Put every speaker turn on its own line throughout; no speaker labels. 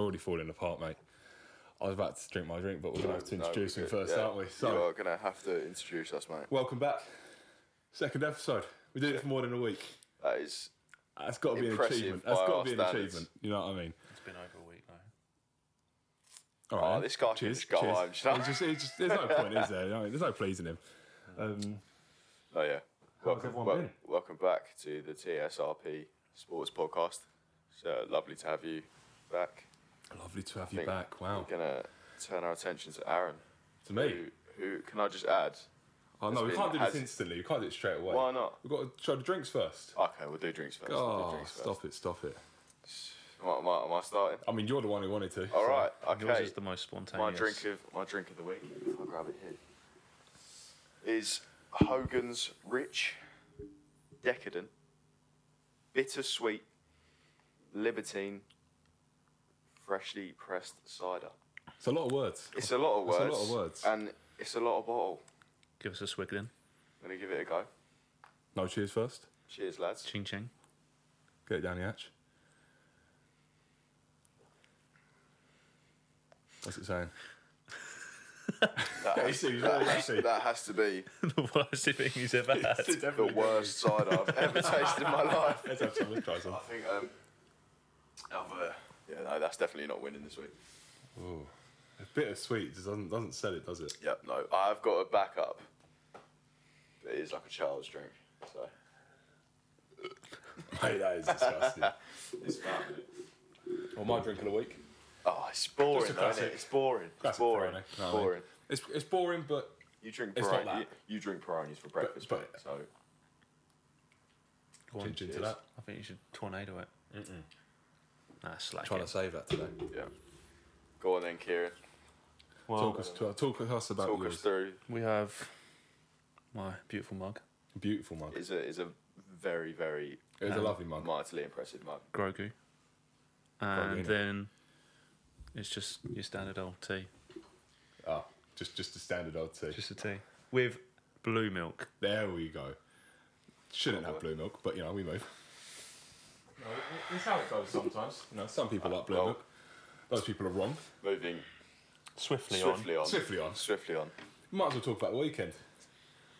already falling apart, mate. I was about to drink my drink, but we're going to have to
No,
introduce him
good,
first,
yeah.
aren't we?
you
So,
are going to have to introduce us, mate.
welcome back. Second episode. We did it for more than a week.
That is
That's got to be an
Impressive
achievement.
by
That's got to
our
be an
standards.
achievement. You know what I mean?
It's been over a week now.
All right.
Oh, this guy can just go home, shall I?
It's just, it's just, there's no point, is there? You know, there's no pleasing him. Um,
oh yeah. Welcome,
everyone been?
welcome back to the TSRP Sports Podcast. So lovely to have you back.
lovely to have
I
you
think
back. Wow.
We're going to turn our attention to Aaron.
To me.
Who, who can I just add?
Oh, no, we
been-
can't do this
has-
instantly. We can't do it straight away.
Why not?
We've got to try the drinks first.
Okay, we'll do drinks first. we'll do
Oh,
drinks
stop it, stop it.
First. Am, I, am I- am I starting?
I mean, you're the one who wanted to.
All
so-
right.
Yours
Okay.
is the most spontaneous.
my drink of my drink of the week. If I grab it here, is Hogan's Rich, Decadent, Bittersweet, Libertine, freshly pressed cider.
It's a lot of words.
It's a lot of
It's
words.
a lot of words.
And it's a lot of bottle.
Give us a swig
I'm
then.
gonna give it a go.
No cheers first.
Cheers, lads.
Ching ching.
Get it down the hatch. What's it saying?
That has,
Casey,
that
really
has-
happy.
that has to be
the worst thing he's ever had.
the worst cider I've ever tasted in my life.
Let's have some. Let's try some.
I think um, I've, uh, yeah, no, that's definitely not winning this week.
Ooh. A bit of sweet just doesn't doesn't sell it, does it?
Yep, no, I've got a backup. It is like a child's drink, so
Mate, that is disgusting.
it's bad.
well, my drink of the week.
Oh, it's
Just
boring,
a
though, isn't
classic.
it? It's boring. It's
Classic
boring.
Friday,
It's
know what I mean?
boring.
It's it's boring, but
You drink
It's not
Peroni. You,
that.
you drink Peronis for breakfast,
but-
mate, so
Go on.
pinch into that.
I think you should tornado it. Mm-mm. Nah, slack
Trying
it.
to save that today.
yeah. Go on then, Kieran.
Well,
Talk us talk with us about
Talk
yours.
us through.
we have my beautiful mug,
Beautiful mug.
It's a it's a very very
It was a
Um,
lovely mug.
mightily impressive mug.
Grogu,
Grogu,
and
innit?
then it's just your standard old tea,
Ah, just just a standard old tea.
just a tea with blue milk.
There we go. Shouldn't have blue milk, but you know we move. No, it's how it goes sometimes. You know, some people like blue
well-
milk. Those people are wrong.
Moving
Swiftly,
swiftly on.
Swiftly on.
Swiftly on.
Might as well talk about the weekend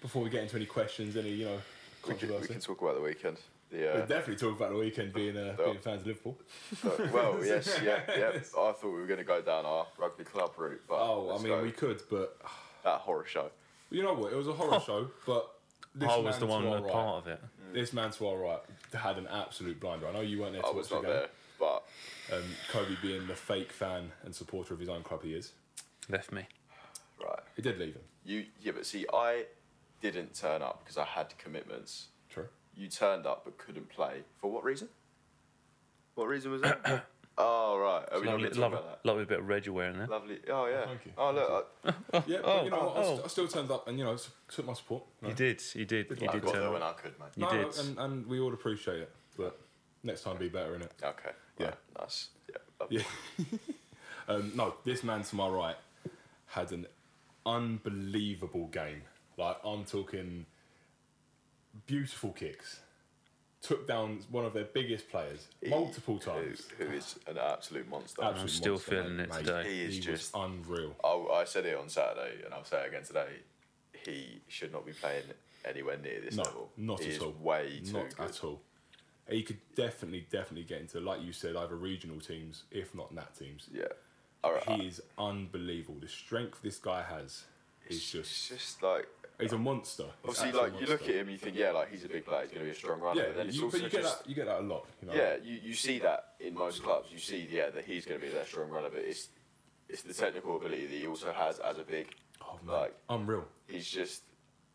before we get into any questions, any you know
We can,
controversy.
we can talk about the
We'll
weekend. The, uh,
definitely talk about the weekend being uh,
Well.
being fans of Liverpool.
the- well, yes, yeah, yeah. I thought we were going to go down our rugby club route, but
Oh,
let's
I mean,
go
we could, but
that horror show.
you know what? It was a horror show, but this
on. I
man
was
to
the one
our
with
right-
part of it.
This man to our right had an absolute blinder. I know you weren't there. To
I was
watch
not
the game.
there, but
um, Kobe being the fake fan and supporter of his own club he is.
Left me.
right.
He did leave him.
You yeah, but see, I didn't turn up because I had commitments.
True.
You turned up but couldn't play for what reason? What reason was that? oh right, are we not
Lovely,
going to
lovely,
talk about
lovely bit of red you're wearing there.
that? Lovely. Oh yeah.
Thank you.
Oh look, I,
Yeah, but
oh,
you know, what? I,
oh,
st- I still turned up and you know s- took my support. No,
You did, you did, you
I
did
got there
tell
when
me.
I could, mate.
You
No,
did.
and, and we all appreciate it. But next time, be better in it.
Okay.
Yeah.
Right, nice. Yeah. lovely.
Yeah. um, no, this man to my right had an unbelievable game. Like I'm talking beautiful kicks. Took down one of their biggest players multiple times.
Who, who is an absolute monster?
Absolute
I'm still
monster,
feeling it
mate.
today.
He is
was
just-
unreal.
I, I said it on Saturday, and I'll say it again today. He should not be playing anywhere near this
No,
level.
not
he
at
is
all.
Way too
not
good.
at all. He could definitely, definitely get into, like you said, either regional teams, if not NAT teams.
Yeah. All right.
He is unbelievable. The strength this guy has is just,
It's just like
he's a monster. He's
obviously
actually a
like you look at
monster.
him, you think yeah, like he's a big player, he's gonna be a strong runner. but
Yeah,
then it's
you,
also
but you get,
just
that, you get that a lot. You know?
yeah, you, you see that in most clubs. You see yeah that he's gonna be their strong runner, but it's it's the technical ability that he also has as a big.
Oh, man.
Like
Unreal.
he's just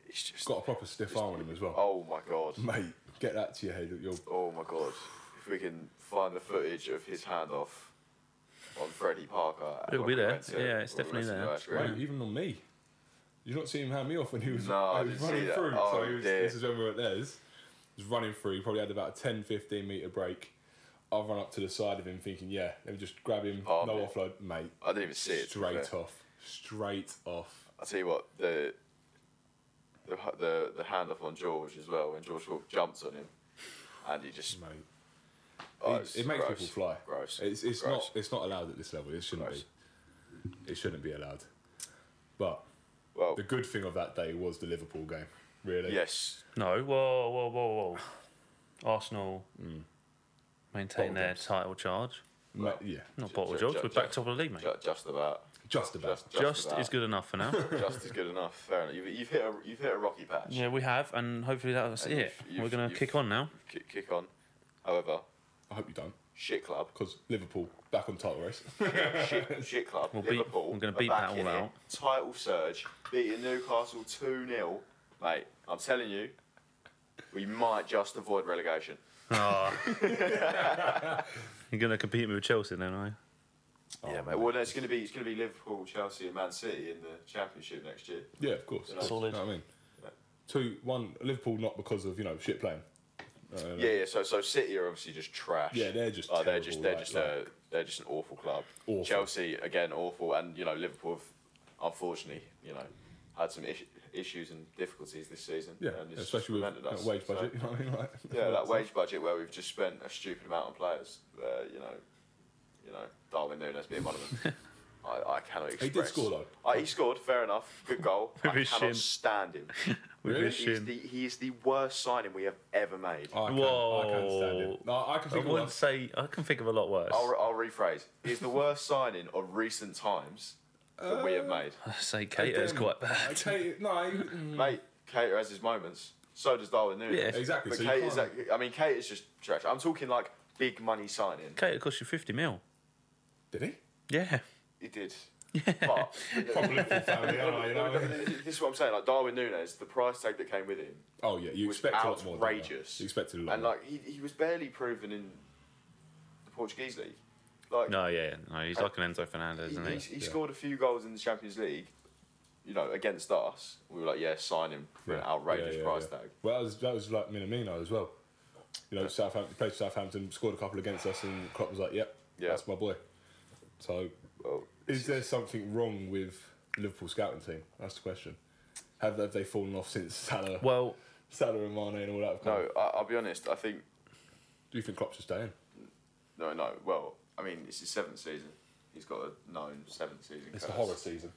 he's just
Got a proper stiff arm on him as well.
oh my god,
Mate, get that to your head. You're,
oh my god. If we can find the footage of his handoff on Freddie Parker,
It'll be
when we
there.
went to-
Yeah, it's
when we went
definitely
to
there.
Nursery,
Mate, even on me. You not see him hand me off when he was,
No, I
he was
didn't see
running
that.
through.
Oh,
so he was,
dear.
this is when we were at theirs. He was running through. He probably had about a 10, 15 metre break. I've run up to the side of him thinking, yeah, let me just grab him.
Oh,
no
mate.
offload. Mate,
I didn't even see it. to be fair.
straight off. Straight off.
I'll tell you what, the the the, the handoff on George as well when George Hawk jumped on him and he just
Mate.
Oh,
it,
it's
it makes
gross.
people fly.
Gross.
It's, it's
Gross.
not it's not allowed at this level. It shouldn't
Gross.
be. It shouldn't be allowed. But
Well,
the good thing of that day was the Liverpool game. Really.
yes.
No, whoa, whoa, whoa, whoa. Arsenal
Bottle
maintain their
jobs.
title charge.
Ma- yeah.
Not
Ju-
bottle
ju-
jobs.
ju-
We're
ju-
back top of the league, mate.
Ju- Just about.
Just about.
Just,
Just
about.
is good enough for now.
Just is good enough. Fair enough. You've, you've hit a you've hit a rocky patch.
yeah, we have, and hopefully that's
And
it.
you've- you've-
We're gonna
you've-
kick on now.
Kick, kick on. However,
I hope you don't,
shit club.
because Liverpool back on title race.
shit, shit club.
We'll beat-
Liverpool.
we're gonna
are
beat
back
that all
in it.
out.
Title surge. Beating Newcastle 2 0. Mate, I'm telling you, we might just avoid relegation.
Ah. You're gonna compete with Chelsea, then, are you?
Oh,
Well, no, it's going to be it's going to be Liverpool, Chelsea, and Man City in the Championship next year.
Yeah, of course.
Yeah.
Solid.
You know what I mean? Two, one, Liverpool not because of, you know, shit playing. Uh,
Yeah, yeah. So, so City are obviously just trash.
Yeah, they're just
Like, they're
terrible,
just they're
like-
just uh, they're just an awful club.
Awful.
Chelsea again awful, and you know Liverpool have unfortunately you know had some is- issues and difficulties this season.
Yeah,
and it's
especially with
prevented
that
us,
wage
so-
budget. You know what I mean? Like,
Yeah, that wage budget where we've just spent a stupid amount on players. Uh, you know, you know Darwin Nunes being one of them. I, I cannot express.
did score, though.
Uh, he scored, fair enough. Good goal. I
With his
cannot
shin.
stand him.
With
Really? Oh,
his
He is,
shin.
the, he is the worst signing we have ever made.
I can, I can stand
Whoa.
it. No, I can
I
think of one.
wouldn't say I can think of a lot worse.
I'll, I'll rephrase. He's the worst signing of recent times that we
Uh,
have made.
I say Cater's
Again,
quite bad.
Okay, no, you- mm,
Mate, Cater has his moments. So does Darwin Nunes.
Yeah.
exactly.
But
so you
Cater's
can't-
like- I mean, Cater's just trash. I'm talking like big money signing.
Cater cost you fifty mil.
Did he?
Yeah.
He did. But
Probably Liverpool family, aren't I, you know what I mean?
this is what I'm saying. Like Darwin Nunes, the price tag that came with him,
Oh, yeah, you
was
expect a lot more. don't you?
outrageous.
You expected a lot
and
more.
like he, he was barely proven in the Portuguese league. Like
No, yeah, no, he's like an Enzo Fernandez,
he,
isn't he?
he, he
Yeah.
scored a few goals in the Champions League, you know, against us. We were like, yeah, sign him for an
Yeah,
outrageous
yeah, yeah,
price
yeah.
tag.
Well, that was, that was like Minamino as well. You know, Southampton played Southampton, scored a couple against us, and Klopp was like, "Yep,
Yeah.
that's my boy." So,
Well,
is there something wrong with the Liverpool scouting team? That's the question. Have, have they fallen off since Salah,
Well,
Salah and Mane and all that? have come?
no, I, I'll be honest. I think
Do you think Klopp should stay in?
no, no. Well, I mean, it's his seventh season. He's got a known seventh season.
It's
curse.
the horror season.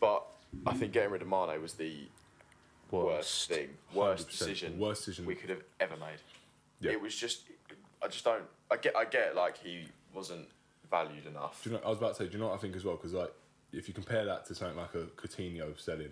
But I think getting rid of Mane was the worst,
worst.
thing, worst
100%,
decision,
worst decision.
we could have ever made.
Yeah.
It was just, I just don't. I get, I get, like he wasn't valued enough.
Do you know? I was about to say. Do you know what I think as well? Because like, if you compare that to something like a Coutinho selling,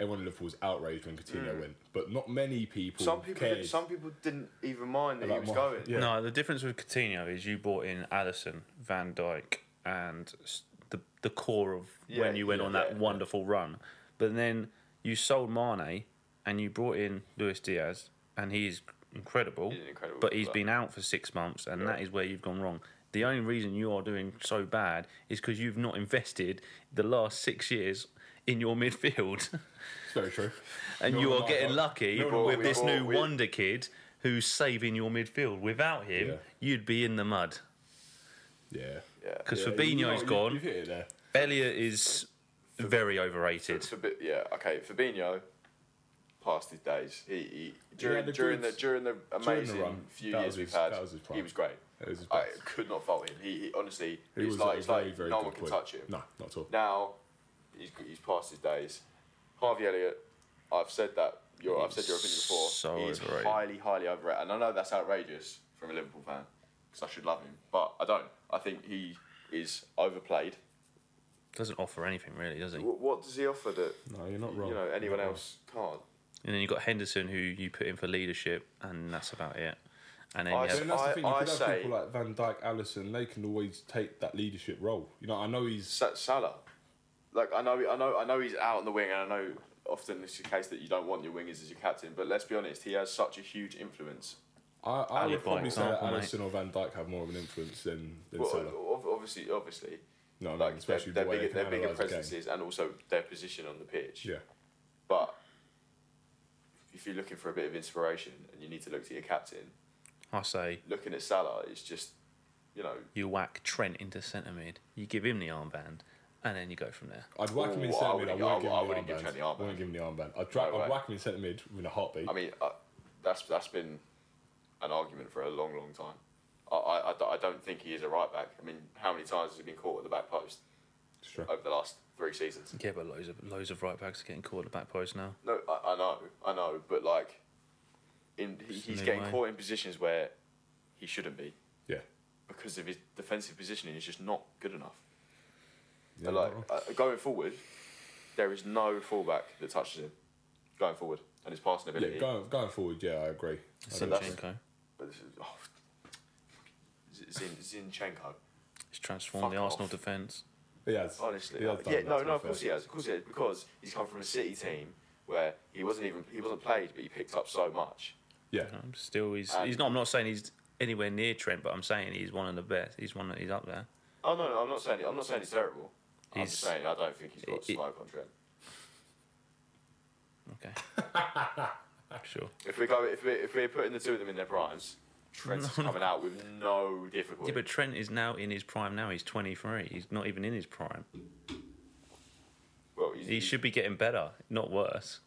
everyone in Liverpool was outraged when Coutinho went, but not many people.
Mm. Some people,
cared.
some people didn't even mind that he
About
was
Mane,
going.
yeah.
No, the difference with Coutinho is you brought in Allison, Van Dyke, and s- the the core of
Yeah,
when you went
yeah,
on that
yeah.
wonderful run. But then you sold Mane and you brought in Luis Diaz, and he's incredible.
He's an incredible
but he's
player.
been out for six months, and that is where you've gone wrong. The only reason you are doing so bad is because you've not invested the last six years in your midfield,
It's very true.
and
No,
you are
no,
getting
no.
lucky
No, no,
with
we
this
bought-
new
we-
wonder kid who's saving your midfield. Without him,
Yeah.
you'd be in the mud.
Yeah.
Yeah.
Because
Yeah, you know,
Fabinho's
you-
gone.
You've hit it there.
Elliot is very overrated.
Fabi- yeah, okay. Fabinho, past his days, he, he during
the
during
goods.
the during the
the
amazing
run,
few
that
years
was
we've
his-
had,
that was his prime.
he was great.
That was his
I
best.
could not fault him. He, he honestly,
He
it's
was
like
a
it's
very,
like
very
no
good
one can
player.
touch him.
No, not at all.
Now, he's he's past his days. Harvey Elliott, I've said that. Your, I've said your opinion before.
so
he's
overrated.
highly, highly overrated, and I know that's outrageous from a Liverpool fan because I should love him, but I don't. I think he is overplayed.
Doesn't offer anything really, does he?
What, what does he offer that
No, you're not wrong.
you know
You're
anyone
not wrong.
else can't?
And then you've got Henderson, who you put in for leadership, and that's about it. And then
I
you
But
have,
then that's the
I-
thing. You
I
could have
say-
people like Van Dijk, Allison. They can always take that leadership role. You know, I know he's.
Sa- Salah. Like I know, I know, I know he's out on the wing, and I know often it's the case that you don't want your wingers as your captain. But let's be honest, he has such a huge influence.
I, I
Ali
would probably
by
say that
example, mate.
Allison or Van Dijk have more of an influence than than
Well,
Salah.
ob- obviously, obviously,
No, I mean,
like
especially
their,
the
their
way
bigger,
they
their
can
bigger
analyse the game.
presences and also their position on the pitch.
Yeah,
But if you're looking for a bit of inspiration and you need to look to your captain,
I say
looking at Salah is just, you know,
you whack Trent into centre mid, you give him the armband, and then you go from there.
I'd whack him in
Ooh, I
centre mid. I
wouldn't-
wouldn't
I-
give
I
him the
wouldn't give Trent the
armband. I
armband.
wouldn't give him the armband. I'd dra-
No way.
I'd whack him in centre mid with a heartbeat.
I mean, uh, that's that's been an argument for a long, long time. I, I, I don't- I don't think he is a right back. I mean, how many times has he been caught at the back post
It's true.
over the last three seasons?
Yeah, but loads of loads of right backs are getting caught at the back post now.
No, I, I know, I know, but like, in he,
Just
he's
no
getting
way.
caught in positions where he shouldn't be
Yeah.
because of his defensive positioning is just not good enough.
Yeah,
And, like
not wrong.
uh, going forward, there is no fullback that touches him going forward and his passing ability.
yeah, going, going forward, yeah, I agree. I
So
do.
that's-
Zinchenko,
But this is, oh, Z- Zin, Zinchenko.
he's transformed
Fuck
the Arsenal
off.
defence.
He has.
Honestly,
He has done
yeah,
that,
no,
to
no,
be
of course
fair.
he has, of course he has, because he's come from a City team where he wasn't even he wasn't played, but he picked up so much.
Yeah.
Um, Still, he's
And-
he's not. I'm not saying he's anywhere near Trent, but I'm saying he's one of the best. He's one. that He's up there.
Oh no, no, I'm not saying I'm not saying he's terrible. I'm
He's-
just saying I don't think he's got
He- he-
smoke on Trent.
Okay. sure.
If we go, if we if we're putting the two of them in their primes, Trent's
No, no.
coming out with no difficulty.
Yeah, but Trent is now in his prime. Now he's 23. He's not even in his prime.
well, he's,
He should be getting better, not worse.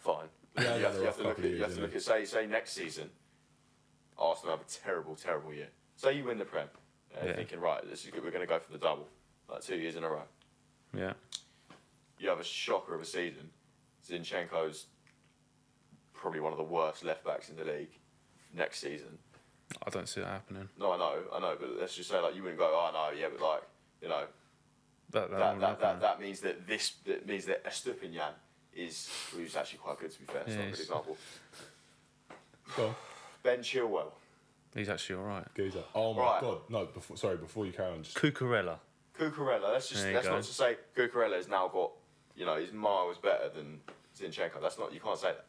fine.
Yeah,
you have, to- you have to
yeah,
look at you have
yeah.
to look at say say next season, Arsenal have a terrible terrible year. Say you win the Prem, and
Yeah.
you're thinking right, this is good, we're going to go for the double, like two years in a row.
Yeah.
You have a shocker of a season. Zinchenko's probably one of the worst left backs in the league next season.
I don't see that happening.
No, I know, I know, but let's just say like you wouldn't go, oh no, yeah, but like you know
That, that,
that
won't
that, that,
happen.
that means that this that means that Estupinian is who's actually quite good to be fair. It's not a
Yes.
good example.
Go on.
Ben Chilwell,
He's actually all right.
Geezer. Oh my
Right.
god. No, before, sorry, before you carry on, just
Cucurella.
Cucurella. Let's just
There you
that's
go.
not to say Cucurella has now got you know he's miles better than Zinchenko. That's not you can't say that.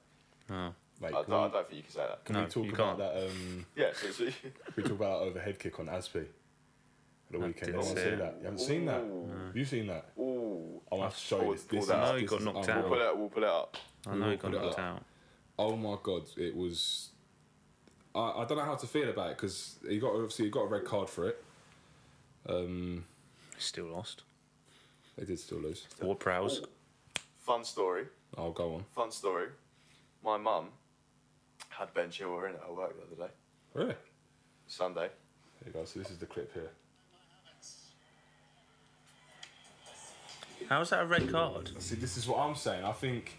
Oh.
like,
I,
can,
don't, I
we,
don't think you can say that.
can
No,
we talk
you
about
can't.
that? Um,
Yeah, so, so
we talk about that overhead kick on Aspi at the weekend.
didn't
I want
see
to see
it.
that. You haven't seen that?
Ooh.
You've seen that?
ooh,
I want to show you
pull-
this.
pull
this
that
is-
up.
No, he
this
got
is
knocked
we'll
unreal.
pull it. We'll pull it up.
I
We
know
will
he got
put it
knocked
up.
out.
Oh my god, it was. I, I don't know how to feel about it because he got obviously he got a red card for it. Um,
Still lost.
they did still lose.
Ward Prowse.
Fun story.
I'll go on.
Fun story. My mum had Ben Chilwell in at her work the other day,
Really? There
Sunday.
you go. So this is the clip here.
How's that a red card?
See, this is what I'm saying. I think,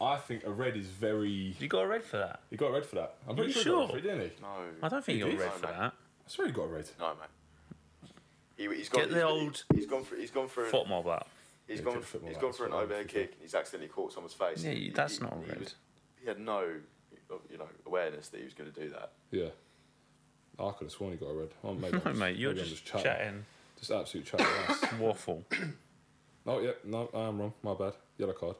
I think a red is very.
You got a red for that?
He got a red for that. I'm pretty
You
sure, he got a
sure?
red for it, didn't he?
No,
I don't think you got
did?
red for that.
I swear he got a red.
no, mate. He, he's gone,
Get the
he's-
old
He's gone for. He's gone for. An,
Foot mob up.
He's
Yeah,
gone.
good football,
He's
that
gone
was
for an
football,
overhead
good
kick, and he's accidentally caught someone's face.
Yeah,
He-
that's
he-
not
he
red.
was- He had no, you know, awareness that he was going to do that.
Yeah. I could have sworn he got a red. Oh, maybe I'm
No,
just-
mate, you're
maybe I'm
just, chatting.
Just absolute chatting. ass.
Waffle.
no, Oh, yeah, no, I am wrong. My bad. Yellow card.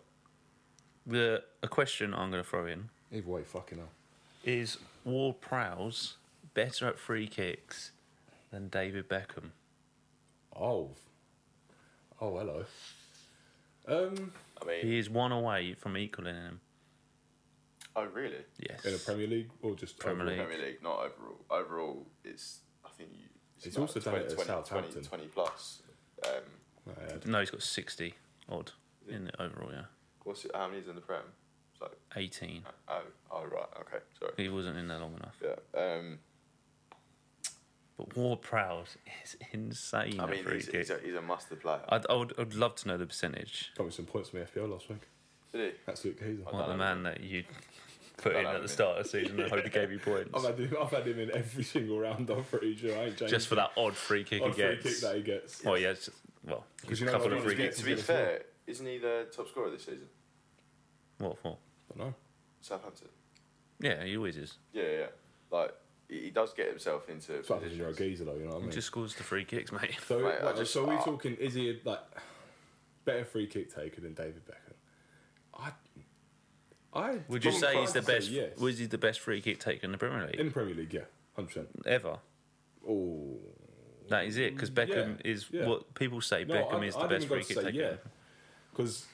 The a question I'm going to throw in
Either way, fucking hell.
is: Ward Prowse better at free kicks than David Beckham?
Oh. Oh, hello. Um,
I mean,
He is one away from equaling him.
oh really?
Yes.
in the Premier League or just
Premier
overall?
League.
Premier League, not overall. Overall, it's I think you,
It's
not
also done it at Southampton.
20 plus. Um,
No, yeah.
No, he's got 60 odd in the overall, yeah.
what's it, how many is in the Prem? It's like
18.
oh oh right okay sorry
He wasn't in there long enough.
yeah. Um,
But Ward Prowse is insane.
I mean
free
he's, he's, a, he's a mustard player.
I'd, I would, I'd love to know the percentage.
Got me some points from the FPL last week.
Did
Absolute geezer.
I
Like the
don't know.
man that you put
don't
in
know,
at
man.
the start of the season and hope he gave you points.
I've had, him, I've had him in every single round. I'm pretty sure. I ain't changed
Just for that odd free kick
odd
he
free
gets.
kick that he gets.
Well, yeah, it's just, well,
'Cause
a
you know
couple
what
of
it
free
is,
he?
get
kicks.
To be
to get
fair, isn't he the top scorer this season?
What for?
I don't know.
Southampton.
Yeah, he always is.
Yeah, yeah. Like he he does get himself into.
That's what happens when you're a
positions.
geezer, though. You know what I
He
mean?
just scores the free kicks, mate.
So,
Right, I
like,
just-
so we're
uh,
talking, is he a, like better free kick taker than David Beckham? I, I
Would you
I'm
say
inclined
he's the
to say
best?
Yes.
Was he the best free kick taker in the Premier League
in Premier League, yeah, hundred percent.
ever?
Oh,
That is it because Beckham
Yeah,
is
yeah.
what people say.
no,
Beckham
I,
is
I
the
haven't
best
even
free
got to
kick
say
taker.
yeah, because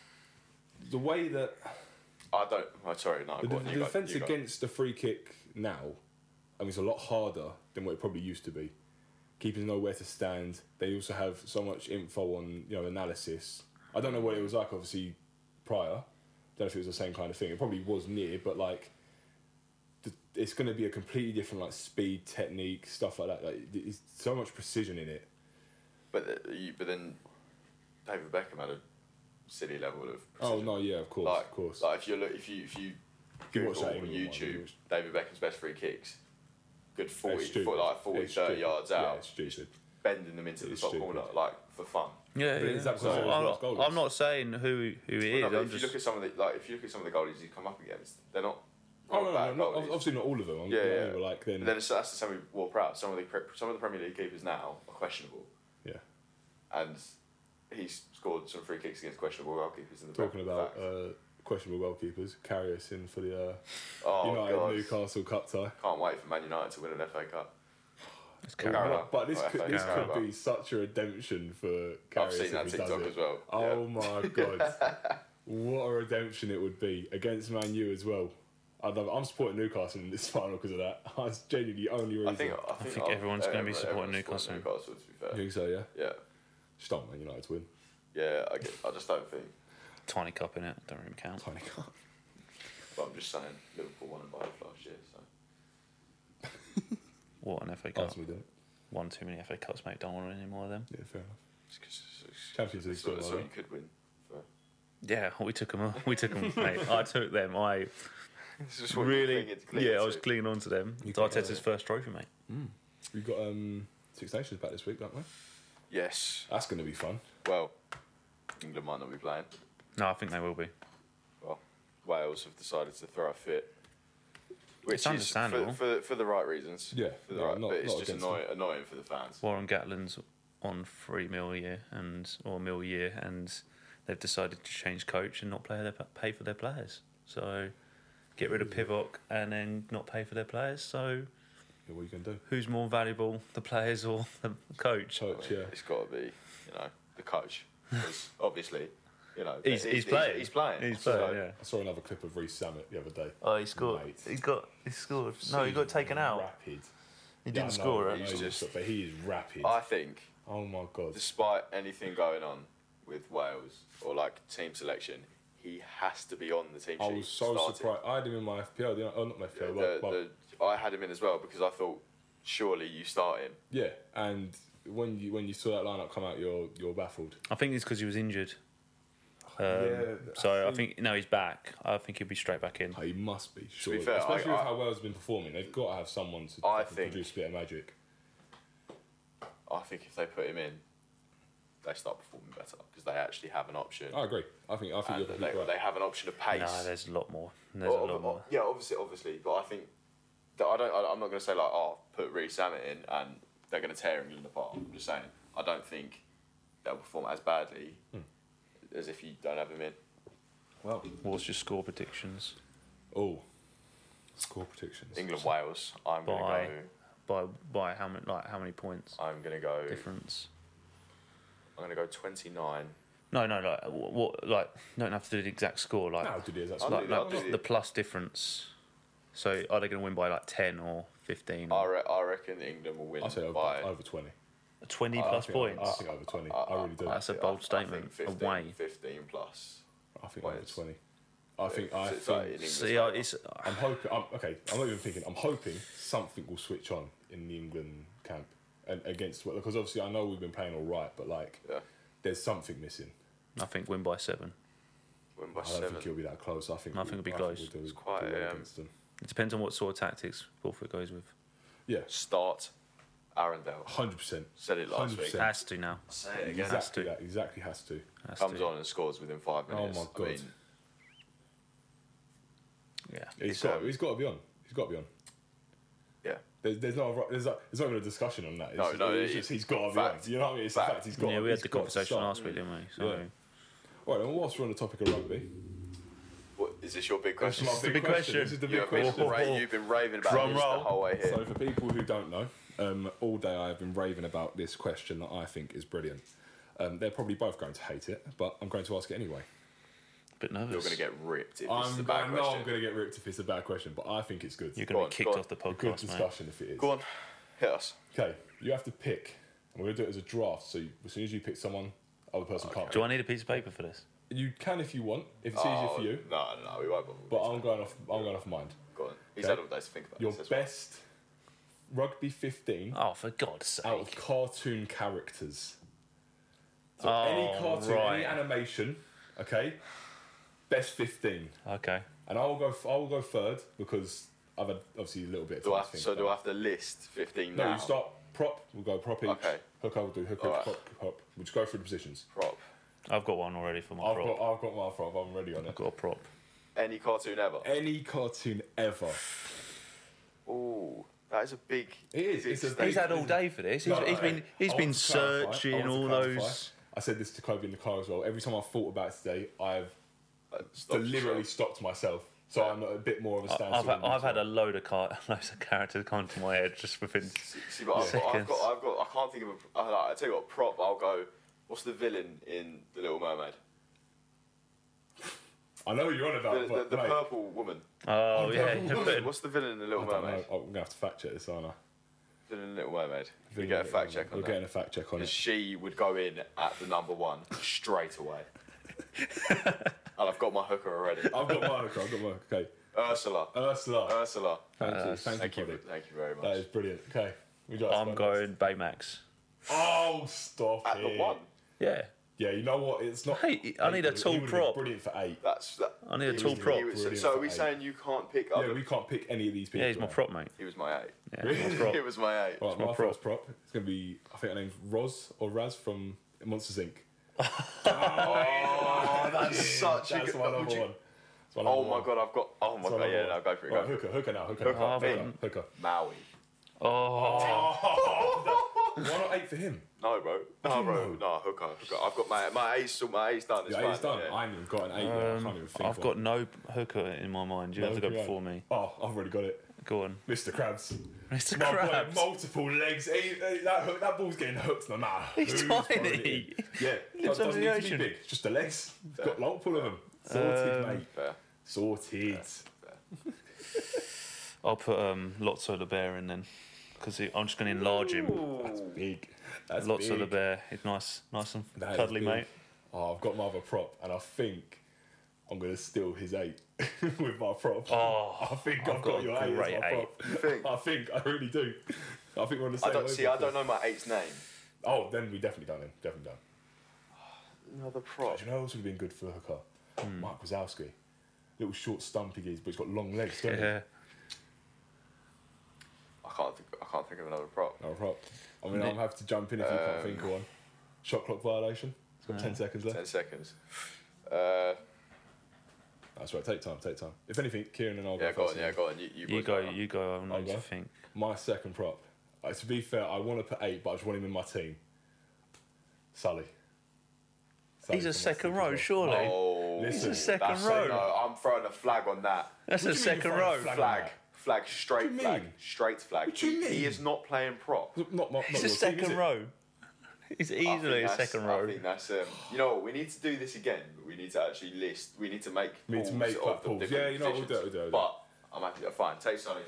the way that
I don't. Oh, sorry, no.
the,
go on, you
the
go,
defense
you go.
against the free kick now, I mean, it's a lot harder than what it probably used to be. Keepers know where to stand. They also have so much info on you know analysis. I don't know what it was like, obviously, prior. Don't know if it was the same kind of thing. It probably was near, but like th- it's going to be a completely different like speed, technique, stuff like that. Like, there's so much precision in it.
But th- you, but then David Beckham had a silly level of.
Oh
Precision.
no, yeah, of course,
like,
of course.
Like if you look, if you if you
You
Google
watch that
on
England one,
YouTube,
you watch-
David Beckham's best free kicks, good
It's
40,
stupid.
for like 40,
It's
30
stupid.
yards
Yeah,
out,
it's stupid.
bending them into the
it's
top
stupid.
corner like for fun.
Yeah,
But
yeah.
is that
So
considered as
I'm, not,
goalless?
I'm not saying who who it is.
No, but
I'm
if you
just
look at some of the like, if you look at some of the goalies you come up against, they're not.
Oh no,
not
no,
bad
no, not,
goalies.
obviously not all of them. I'm-
Yeah,
you know what I
yeah.
mean, But like
But
then,
then it's, that's the same with War Proud. Some of the pre- some of the Premier League keepers now are questionable,
yeah.
and he's scored some free kicks against questionable goalkeepers in the
Talking
Prem,
about
facts.
uh, questionable goalkeepers, carry us in for the uh,
oh
United
god,
Newcastle cup tie.
can't wait for Man United to win an FA Cup.
it's
Carabao.
Carabao.
But, but this
Oh,
could,
FA
this
Cup.
could be such a redemption for Carrius
I've seen that
if he does
TikTok
it.
as well. yeah.
Oh my god! what a redemption it would be against Man U as well. I love it. I'm supporting Newcastle in this final because of that. That's genuinely the only reason.
I think, I think,
think
I'll-
everyone's gonna be
everyone-
supporting
everyone's supporting
You
Newcastle,
think so, yeah.
to be fair.
Just don't Man United to win.
Yeah, yeah. I, get, I just don't think.
Tiny cup in it. Don't really count.
Tiny cup.
But I'm just saying, Liverpool won in both last year. So
What an FA Cup.
Arsenal did it.
One too many FA Cups, mate. Don't want any more of them.
Yeah, fair enough.
it's 'cause- it's- it's-
Champions League
it's what-
still
it's
like
what you
that.
could win. for-
Yeah, we took them. We took them, mate. I took them. I
It's just what you
really.
think it's clear
Yeah, I
to.
was clinging on to them. It's Arteta's first trophy, mate.
We've got um, Six Nations back this week, don't we?
Yes.
That's going to be fun.
Well, England might not be playing.
No, I think they will be.
Well, Wales have decided to throw a fit. Which
It's
is
understandable.
For, for, for the right reasons.
Yeah,
For the
no,
right,
not-
but it's
not
just
against
annoying, annoying for the fans.
Warren Gatlin's on three mil a year and or a mil a year, and they've decided to change coach and not play their, pay for their players. So get rid of Pivok and then not pay for their players. So
Yeah, what are you going to do?
who's more valuable, the players or the coach?
Coach, yeah.
It's got to be, you know, the coach. 'Cause obviously, you know,
He's, uh, he's, playing.
He's playing.
He's
So,
playing. yeah.
I saw another clip of Reece Sammet the other day.
Oh, he scored.
Mate.
He got. He scored. No, he got taken out.
Rapid.
He didn't score eh? it.
He's
He's
just-
just, but he is rapid.
I think,
oh my god!
despite anything going on with Wales or like team selection, he has to be on the team sheet.
I was so
starting.
surprised. I had him in my FPL. Didn't I? Oh, not my FPL.
The-
but, but-
the- I had him in as well because I thought, surely you start him.
yeah, and when you when you saw that lineup come out, you're you're baffled.
I think it's because he was injured. Um,
Yeah,
so
I
I think no, he's back. I think he'll be straight back in.
He must be sure,
fair,
especially
I-
with
I-
how well he's been performing. They've got to have someone to
I
fucking
think-
produce a bit of magic.
I think if they put him in, they start performing better because they actually have an option.
I agree. I think I think
and
Oh, you're
they,
completely right.
they have an option of pace.
No, there's a lot more. There's
Well,
a lot
ob-
more.
Yeah, obviously, obviously, but I think that I don't. I, I'm not going to say like, oh, put Reece Sammet in and they're going to tear England apart. I'm just saying, I don't think they'll perform as badly
Hmm.
as if you don't have him in.
Well,
What's your score predictions?
oh, score predictions.
England, Wales. I'm going
By-
to
By by how many like how many points
go. I'm going to go.
difference?
I'm going to go 29.
No, no, like wh- what? Like don't have to do the exact score. Like
No, to do that's
I'll
what-
like,
do that,
like
I'll do
the,
that.
plus difference. So are they going to win by like ten or fifteen?
I, re- I reckon England will win
I say over,
by.
over twenty.
Twenty
I
plus
think over-
points.
I think over
Uh,
twenty. I really do. I,
That's a
I-
bold
I think
statement.
15,
Away.
15 plus.
think
Well,
over
it's-
twenty. I think. I
It's- it's like in
think.
England's
See, I,
favour.
it's
I'm hoping. I'm, okay, I'm not even thinking. I'm hoping something will switch on in the England camp and against because obviously I know we've been playing all right, but like
Yeah,
there's something missing.
I think win by seven.
win by
I don't
seven.
think he'll be that close. I think
I think it'll be close.
do-
It's quite,
do well
um,
against them.
It depends on what sort of tactics Wolford goes with.
Yeah,
Start Arundel.
hundred percent.
Said it last week.
100%. Yeah.
Has to now.
Say it again.
Has
Exactly
to.
that. Exactly has to.
Has
comes
to.
on and scores within five
Oh
minutes.
my
I
God.
mean,
Yeah.
He's
It's,
got.
um,
he's got to be on. He's got to be on.
yeah.
There's, there's not. A, ri- there's, not there's not even a discussion on that. It's
No,
just,
no,
It's
it-
just, he's got to be on.
fact.
You know what I mean? It's
Fact.
a fact. He's got.
yeah, we had
he's
the
got to
conversation
start.
last week, didn't we? So
Yeah. Right, and whilst we're on the topic of rugby,
What, is this your big
this
question?
is my
the big question.
This is the
You
big
have been
question.
ra- you've been raving about
Drum
this
roll.
the whole way here.
So, for people who don't know, um, all day I have been raving about this question that I think is brilliant. Um, they're probably both going to hate it, but I'm going to ask it anyway.
bit nervous.
You're going to get ripped if this is a
I'm,
bad
I know
question.
I'm going to get ripped if it's a bad question, but I think it's good.
You're
Go
going
on,
to be
go
kicked
on.
off the
good
podcast, mate.
discussion if it is.
Go on, hit us.
Okay, you have to pick. and We're going to do it as a draft, so you, as soon as you pick someone, other person can't.
Do I need a piece of paper for this?
You can if you want, if it's
Oh,
easier for you.
No, no, we won't. bother with
But
this.
I'm going off. I'm going off mind.
Go on. He's
Okay.
had all day to think about
Your
this. that's why.
best rugby 15
Oh, for God's
out of
sake!
cartoon characters. So
Oh,
any cartoon,
right.
any animation, okay? Best 15.
Okay.
And I will go. I will go third because I've had obviously a little bit of time
Do I,
to think.
so do I
about
have to list 15
it. No,
now?
you start prop. We'll go prop each.
Okay.
Hook. I will do hook. hook
Alright.
Prop. Hop. We'll just go through the positions.
Prop.
I've got one already for my
I've
prop.
got. I've got my prop. I'm ready on
I've
it.
got a prop.
Any cartoon ever.
Any cartoon ever.
Ooh, that is a big.
It is,
big
it's a
statement.
He's had all day for this. He's,
No, no,
he's
no.
been he's
I
been
want to clarify, I
searching
want to
all
clarify.
those.
I said this to Kobe in the car as well. Every time I've thought about it today, I've
Uh, stop
deliberately stopped myself, so
Yeah.
I'm a bit more of a
I-
standstill.
I've, had,
than you
I've
two.
had a load of car- loads of characters come to my head just within.
See, see, but I've got, I've
Seconds.
got, I've got, I can't think of a. I, like, I tell you what, prop. I'll go. What's the villain in The Little Mermaid?
I know Uh, what you're on
The,
about,
the,
but
the
mate,
purple woman.
Oh
I've
yeah,
had
you're
one.
putting-
What's the villain in The Little
I don't know.
Mermaid?
I'm gonna have to fact check this, aren't I?
Villain in Little Mermaid. We get a fact check on
We're
that.
getting a fact check on
Because
it.
she would go in at the number one straight away. and I've got my hooker already.
I've got mine. Okay, I've got mine. Okay,
Ursula.
Ursula.
Ursula.
Thank you.
Uh,
Thank
Thank
you,
you.
buddy.
Thank you very
That
much.
is brilliant. Okay, we got.
I'm going Baymax.
Oh, stop
At the
it.
one.
Yeah,
Yeah, you know what? It's not.
Hey, I need a
He
tall
would've been
prop.
Brilliant for eight.
That's that.
I need a
he
tall
was- he
prop.
was-
Brilliant
so
for
are we
eight.
saying you can't pick other?
Yeah, we can't pick any of these people.
yeah, he's my
right?
prop mate.
He was my eight.
Yeah, he's my prop.
He was my eight.
All right,
my
my
prop.
first prop is going to be, I think her name's Roz or Raz from Monsters Inc. oh,
that's such a
That's
good-
my
would
number
you-
one. That's my
Oh
number
my
one.
god, I've got. Oh my
That's my
god, yeah,
number
no,
one.
go for it.
Right,
Go.
hooker, hooker now, hooker.
Hooker,
now,
me.
hooker, hooker.
Maui.
Oh,
Oh.
Why not eight for him?
No, bro. No, bro. No, hooker. hooker. I've got my my A's still. My A's done. It's
Yeah,
fine.
he's done.
yeah.
I ain't even got an eight. yet. I can't even think.
Um, I've got no hooker in my mind. You have to go before me.
Oh, I've already got it.
Go on,
Mr. Krabs.
Mr.
My boy,
Krabs.
multiple legs. He, he- that, hook, that ball's getting hooked no matter.
He's
who's throwing
tiny.
it in. Yeah,
Lives
doesn't
under
need
the
to be
ocean. Um,
big. It's just the legs. He's got multiple of them. Sorted, mate.
Fair.
Sorted.
I'll put um, Lotso the bear in then, because I'm just going to enlarge him.
That's big. That's
Lots
big.
of the bear. It's nice, nice and
That is
cuddly,
big.
mate.
Oh, I've got my other prop, and I think I'm going to steal his eight with my prop.
Oh,
I think I've, got,
got a
your eight. as
great
my
eight.
prop.
You think?
I think I really do. I think we're on the same.
I don't see. I
wavelength.
don't know my eight's name.
Oh, then we definitely done. Then definitely done.
Another prop.
Do you know what else would have been good for a hooker?
Hmm.
Mike Wazowski. Little short stumpy geese, but he's got long legs, doesn't
Yeah.
I can't. Think, I can't think of another prop.
he? No prop. I mean, I'll have to jump in if you can't think of one. Shot clock violation. It's got 10 seconds left.
Ten seconds. Uh,
That's right. Take time. Take time. If anything, Kieran and I'll
yeah,
go
go on.
first.
Yeah, go on. You, you,
You
boys
go,
on.
you go. I'm
I'll
going
go.
to think.
My second prop. Uh, to be fair, I want to put eight, but I just want him in my team. Sully. Sully's
He's
in my
a second
team as
row,
well.
surely.
Oh,
Listen,
It's a second
that's-
row.
No, I'm throwing a flag on that.
That's
What
a
do you mean you
second
throw a
row.
flag?
Flag. Flag. Straight
you
flag.
mean?
Straight flag.
What do you
He- He
mean?
is not playing prop.
Not, not, not
He's
your
a
team, is
second
it?
row. He's
I think
easily a
that's-
second
I
row.
think that's um, you know what, we need to do this again. But we need to actually list. We need to make
We need to
pools
make,
of
like,
the
pools.
different
Yeah, you know what, we'll do it,
positions.
we'll do it, we'll do it.
But I'm happy. Fine, take Sonny.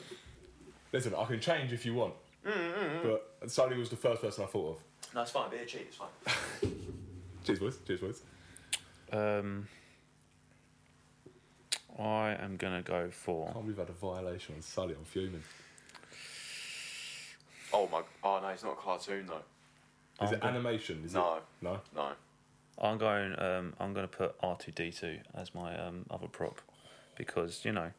Listen, I can change if you want.
Mm,
But Sully was the first person I thought of.
No, it's fine. Be a cheat. It's fine.
Cheers, boys. Cheers, boys.
Um, I am going to go for.
Can't believe I had a violation on Sully. I'm fuming.
Oh my. Oh no, it's not a cartoon though.
Is it animation? Is
No.
It? No.
No.
I'm going. Um, I'm going to put R two D two as my um, other prop, because you know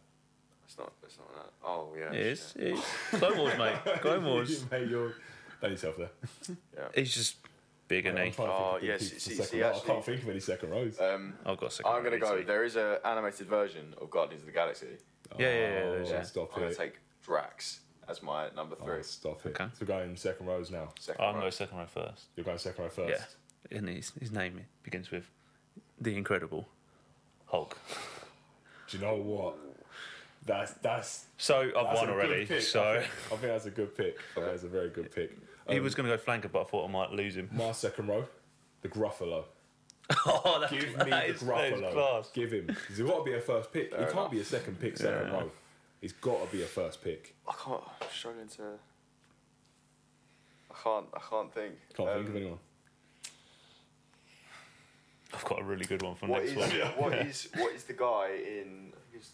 It's not. It's not that. Oh yeah.
it is.
shit.
It is. Clone Wars, mate. Clone
you
Wars.
made your. Done yourself there.
Yeah.
He's just bigger
I'm
than
trying to
Oh,
think of
yes,
people for
see-
second
see,
row. I
actually-
can't think of any second rows.
Uh,
Um,
I've got a second.
I'm gonna
row,
go.
easy.
There is an animated version of Guardians of the Galaxy.
Yeah, yeah, yeah.
Oh,
there's- yeah.
Stop
I'm gonna
it.
take Drax as my number
Oh,
three.
stop it.
Okay.
So we're going second rows now.
Second
I'm
row.
going second row first.
You're going second row first.
Yeah, and his his name begins with the Incredible Hulk.
Do you know what? That's that's.
So I've
that's
won
a good
already.
pick.
So
I think, Um, I think that's a good pick. I think that's a very good pick.
he was going to go flanker, but I thought I might lose him.
My second row, the Gruffalo.
oh, that,
Give me
that
the
is- that is
Gruffalo.
class.
Give him. 'Cause He's got to be a first pick. he
Fair
can't
enough.
be a second pick, second row. He's got to be a first pick.
I can't. I'm struggling to. I can't. I can't think.
Can't
Um,
think of anyone.
I've got a really good one for
What
next
is
one.
what is what is the guy in I think it's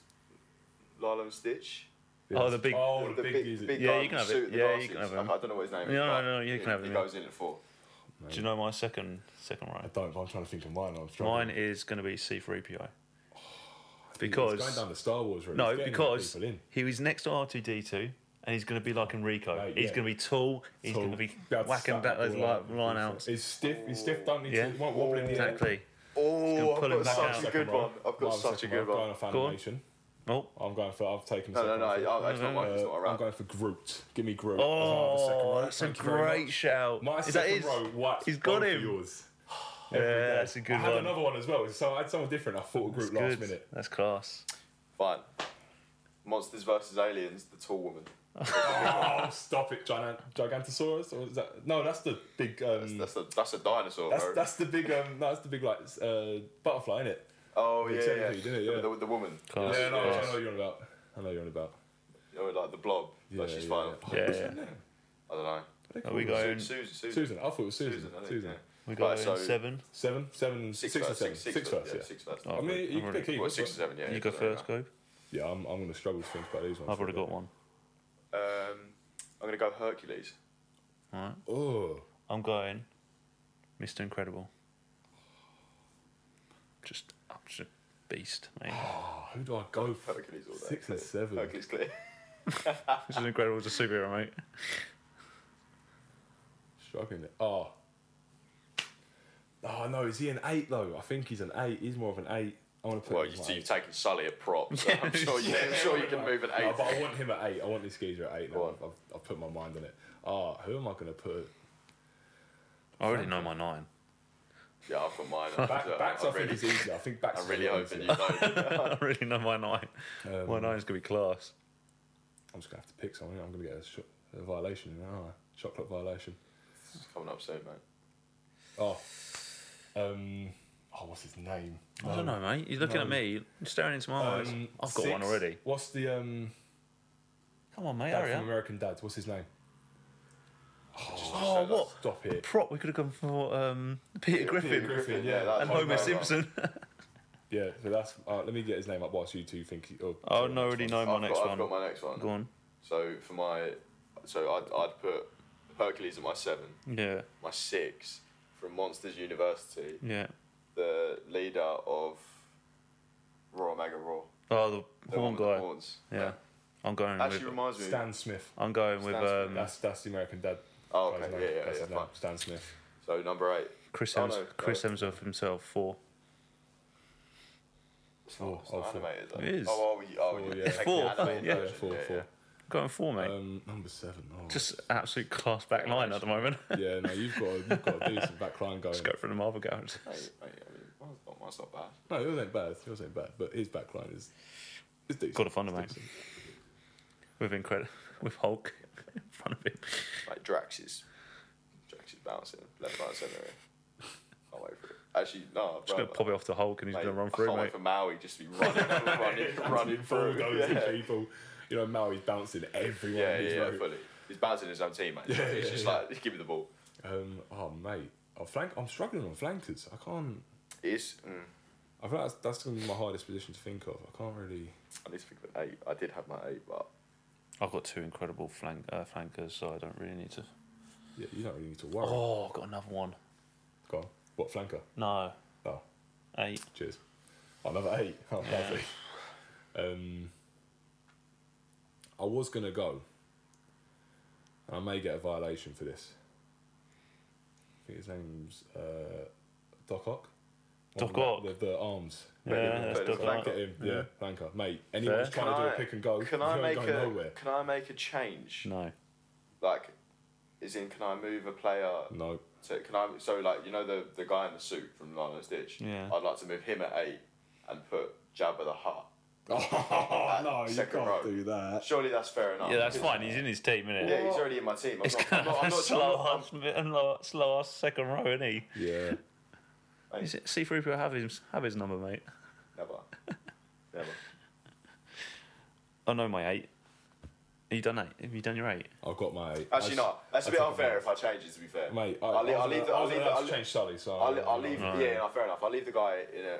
Lilo and Stitch?
Oh, the big.
Oh, the, big, music.
big
Yeah,
guy
you
with
can
the
have
suit
it.
and the
Yeah, you can
glasses.
have him.
I I don't know what his name is.
No,
but
no, no, you can
he-
have him.
He goes in at four.
Do you know my second second
I
right?
don't. I'm trying to think of mine. I'm struggling. Oh,
Mine is going to be C3PO.
It's going
Because
down the Star Wars route.
no,
It's getting
because
people in.
he was next to R2D2, and he's going to be like Enrico.
Mate,
he's
yeah.
going to be tall. He's
Tall.
going to be
Be able to
whacking
slap
back
the
those
ball
li-
out.
line outs.
It's stiff. It's stiff. Don't need
Yeah.
to. It won't wobble in the air.
Exactly.
Oh, I've
pull
got
him back
such
out.
a good
Second
one.
row.
I've
Mine
got
was
such a
second
good
row. I'm
one.
going for
Go on.
animation.
Oh,
I'm going for. I've taken.
No, no,
second
no.
row.
I- It's not mine. It's not
Uh,
a
I'm
wrap.
going for Groot. Give me Groot. I'll have a second
oh,
row.
that's a
Thank you very
great
much.
shout.
My
is that
second
his?
row. Wipes
He's got
one for
him.
Yours. Every
Yeah,
day.
that's a good
I had
one.
another one as well. So I had someone different. I thought of Groot
That's
last
good.
minute.
That's class.
Fine. Monsters versus aliens. The tall woman.
Oh, stop it, Gigant- Gigantosaurus. Or is that? No, that's the big.
Mm.
Um,
That's a that's a dinosaur.
that's,
bro.
that's the big. Um, no, that's the big like s- uh, butterfly, isn't it?
oh
big
yeah, yeah.
centipede, didn't it? Yeah.
The, the, the woman.
Class.
Yeah, no, I
class.
know what you're on about. I know what you're on about.
You know, like the blob.
Yeah,
but she's
yeah,
fine.
Yeah.
Yeah, Um,
What's
yeah.
her name?
I don't know.
What are they
Are we
called?
going?
Su- Susan. Susan.
Susan. I thought it was Susan.
Susan, I think,
Susan.
yeah.
We
Right,
got
so-
seven.
Seven, seven,
Six,
six, or
first,
seven,
six,
six
first,
first, yeah.
yeah, six first.
Oh,
I mean,
I've
you can
already-
pick either.
Well, six or seven, yeah.
you
yeah,
go
something like
first, Gobe.
Yeah, I'm, I'm going to struggle to think about these ones.
I've already got one.
that. Um, I'm gonna go Hercules.
All right.
Oh,
I'm going Mr. Incredible. Just absolute beast, mate.
oh, who do I go for?
Hercules all day.
Six and seven.
Hercules clear.
Mr. Incredible is a superhero, mate.
Struggling. there. Oh. Oh, no, is he an eight, though? I think he's an eight. He's more of an eight. I want to put
Well,
him
you,
as
so
my
you've
eight.
taken Sully a prop. So I'm sure you, I'm sure you can move an
No,
eight.
but I want him at eight. I want this geezer at eight.
Go
Now.
on.
I've, I've, I've put my mind on it. Oh, who am I going to put?
I already know my nine.
yeah, I've got mine. I'm-
Back,
I'm
backs, I think,
really-
is easier. I think backs
I'm
is
really
a lot
hoping you
easier.
know.
I already know my nine.
Um,
my nine's gonna be class.
I'm just gonna have to pick someone. I'm gonna get a, cho- a violation, aren't I? Chocolate violation.
It's coming up soon, mate.
Oh, um, oh, what's his name?
I don't know, mate. You're looking at me, you're staring into my eyes.
Um,
I've got one
six.
already.
What's the um?
Come on, mate.
Dad
Hurry
from
up.
American Dads. What's his name?
Oh, what
Stop it.
prop? We could have gone for um, Peter Griffin
Griffin, yeah.
that's
and
what I'm
Homer
going for.
Simpson.
Yeah. So that's. Uh, let me get his name up whilst you two think. Oh,
I no, already know
I've
my next
got,
one.
I've got my next one.
Go on.
So for my, so I'd, I'd put Hercules at my seven,
Yeah,
my six from Monsters University,
yeah.
the leader of Raw Mega Raw.
Oh, the
The one
horn
with the
guy.
horns.
Yeah, I'm going
Actually
with.
reminds me.
Stan Smith.
I'm going with
Stands for
um,
That's that's the American Dad.
oh,
guy's
okay.
name.
Yeah, yeah,
That's
yeah.
his name.
Fine.
Stan Smith.
So number eight.
Chris
Oh,
Hems-
no,
Chris
no.
Hemsworth himself. Four.
It's not,
Four.
it's not
Oh, four.
animated though.
It is.
Oh, are we? Oh,
Four,
we
yeah.
take the
Four,
animated
yeah,
version,
four,
yeah,
four.
Going four, mate.
Um, number seven. Oh.
Just absolute class back line at the moment.
Um,
Yeah. No, you've got a, you've got a decent backline going.
Just go for the Marvel characters.
yeah. Mate, mate, I mean, mine's not, mine's not bad.
No, yours ain't bad. Yours ain't bad. But his backline is. Is decent.
Got to find him, mate.
It's decent.
With incredible, with Hulk in front of him.
Like Drax is, Drax is bouncing left, right, centre. here. Can't wait for it. Actually, no.
Just
bro,
gonna pop it off the Hulk and he's
mate,
gonna run
I
through,
can't
mate.
wait for Maui just to be running, running, running through.
bulldozing people. You know, Maui's bouncing everyone.
Yeah, yeah,
he's
yeah,
like-
fully. He's bouncing his own team, mate.
Yeah,
it's
yeah,
just
yeah.
like, give me the ball.
Um, oh mate, I flank. I'm struggling on flankers. I can't.
It's, mm,
I feel like that's, that's going to be my hardest position to think of. I can't really.
I need to think of an eight. I did have my eight, but
I've got two incredible flank uh, flankers, so I don't really need to.
Yeah, you don't really need to worry.
Oh, I've got another one.
Go on. What flanker?
No,
Oh,
eight.
cheers. Another eight. Oh,
Yeah.
lovely. Um, I was going to go, and I may get a violation for this. I think his name's uh, Doc Ock.
Doc
One
Ock?
with The, the arms.
Yeah, that's
but it's
Doc
like
Ock.
Get him, yeah,
Yeah.
flanker, mate. Anyone's
Fair.
trying to do a
Can I-
pick and go.
can I
you're
make
going
a
nowhere.
can I make a change?
No.
Like, is in can I move a player?
No,
So can I? So like you know the the guy in the suit from Lilo Stitch.
Yeah.
I'd like to move him at eight and put Jabba the Hutt.
Oh, no, you
second
can't
row.
do that.
Surely that's fair enough.
Oh, Yeah, Oh. that's
Because-
fine. He's in his team, isn't
Yeah,
it?
he's already in my team. I'm
It's
not,
kind
I'm
of
not, I'm
a
not,
slow
I'm
ass, bit and low, slow ass second row, isn't he?
Yeah.
Hey.
Is it C3PO have his have his number, mate?
not- never, never.
I know my eight. Have you done eight? Have you done your eight?
I've got my.
Actually, not. That's a
I
bit
took
unfair
it
if I change it. To be fair,
out. Mate, I,
I'll, leave-
I
I'll
was
leave.
gonna-
the-
I
I'll
was
leave.
gonna
the-
have
I'll
to
leave.
change Sully, so.
I'll, I'll leave.
Right.
Yeah, no, fair enough. I'll leave the guy in a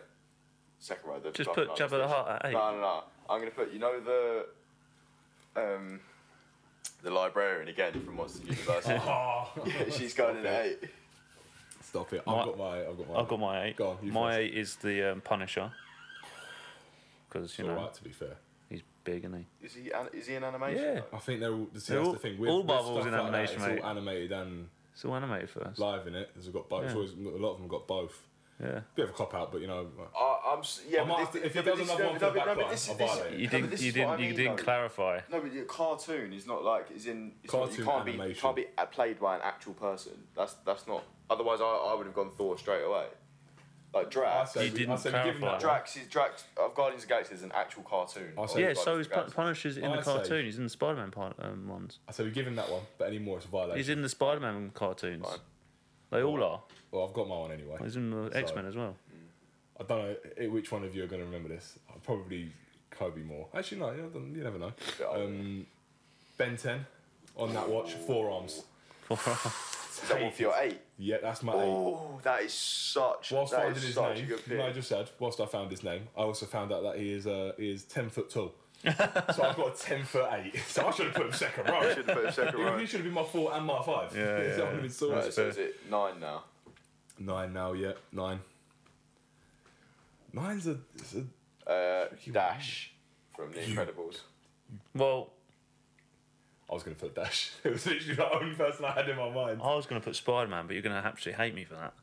second row. the
Just
fucking
put Jabba the
upstairs.
Hutt at eight.
No, no, no. I'm gonna put. You know the um, the librarian again from Monsters University. yeah, she's going in at eight.
Stop it. I've
My-
got my. I've got my.
I've got my eight.
Go on, you
my
first.
eight is the um, Punisher. Because, you
It's all
know,
right, to be fair.
he's big, isn't he?
Is he? an- Is he in animation?
Yeah.
though?
I think they're all. See,
They're
that's
all-
the thing. With,
all
with
Marvel's
stuff
in
like that,
animation,
It's
mate.
all animated and
So animated first.
live in it. There's got both.
Yeah.
It's always- a lot of them got both.
yeah.
Bit of a cop out, but you know. like-
I, I'm. s- Yeah,
I might
but
have to-
thi-
if he
no, but
does
this-
another
no,
one
no,
for the
but- no,
back
but
line,
this-
I'll
this-
buy it.
You
no, but
didn't.
this
You
is what
didn't.
I
you
mean,
didn't
though.
clarify.
No, but your cartoon is not like is in. It's not, you
Cartoon
can't be
animation.
can't be a- played by an actual person. That's that's not. Otherwise, I, I would have gone Thor straight away. Like
I
Drax.
say,
You
we- I
didn't
say, we give him
clarify.
that one.
Drax is Drax of Guardians of the Galaxy is an actual cartoon.
I say- Yeah,
of
Yeah,
Guardians
so
of
is
the
Pun-
Galaxy.
Punisher's in
I
the
say-
cartoon. He's in the Spider-Man part, um, ones.
I say we give him that one, but any more, it's a violation.
He's in the Spider-Man cartoons.
Right.
They all are.
Well, I've got my one anyway.
He's in the
So-
X-Men as well.
I don't know i- which one of you are going to remember this. I'll probably Kobe more. Actually, no, you, don't- you never know.
Yeah,
Oh.
I'll-
Um, ben 10 on that watch, forearms.
Is that one for your eight?
Yeah, that's my eight.
Oh, that is such.
Whilst
that
finding
is
his
such a
name,
good pick.
no, I just said. Whilst I found his name, I also found out that he is uh, he is ten foot tall. so I've got a ten foot eight. So I should have put him second row.
should have put a second row.
He should have been my four and my five.
Yeah,
So
yeah,
I would have
yeah.
been sorted.
Right, so is it nine now?
Nine now, yeah, nine. Nine's a, it's a
Uh, Dash from The Incredibles.
Well,
I was going to put Dash. It was literally the only person I had in my mind.
I was going to put Spider-Man, but you're going to absolutely hate me for that.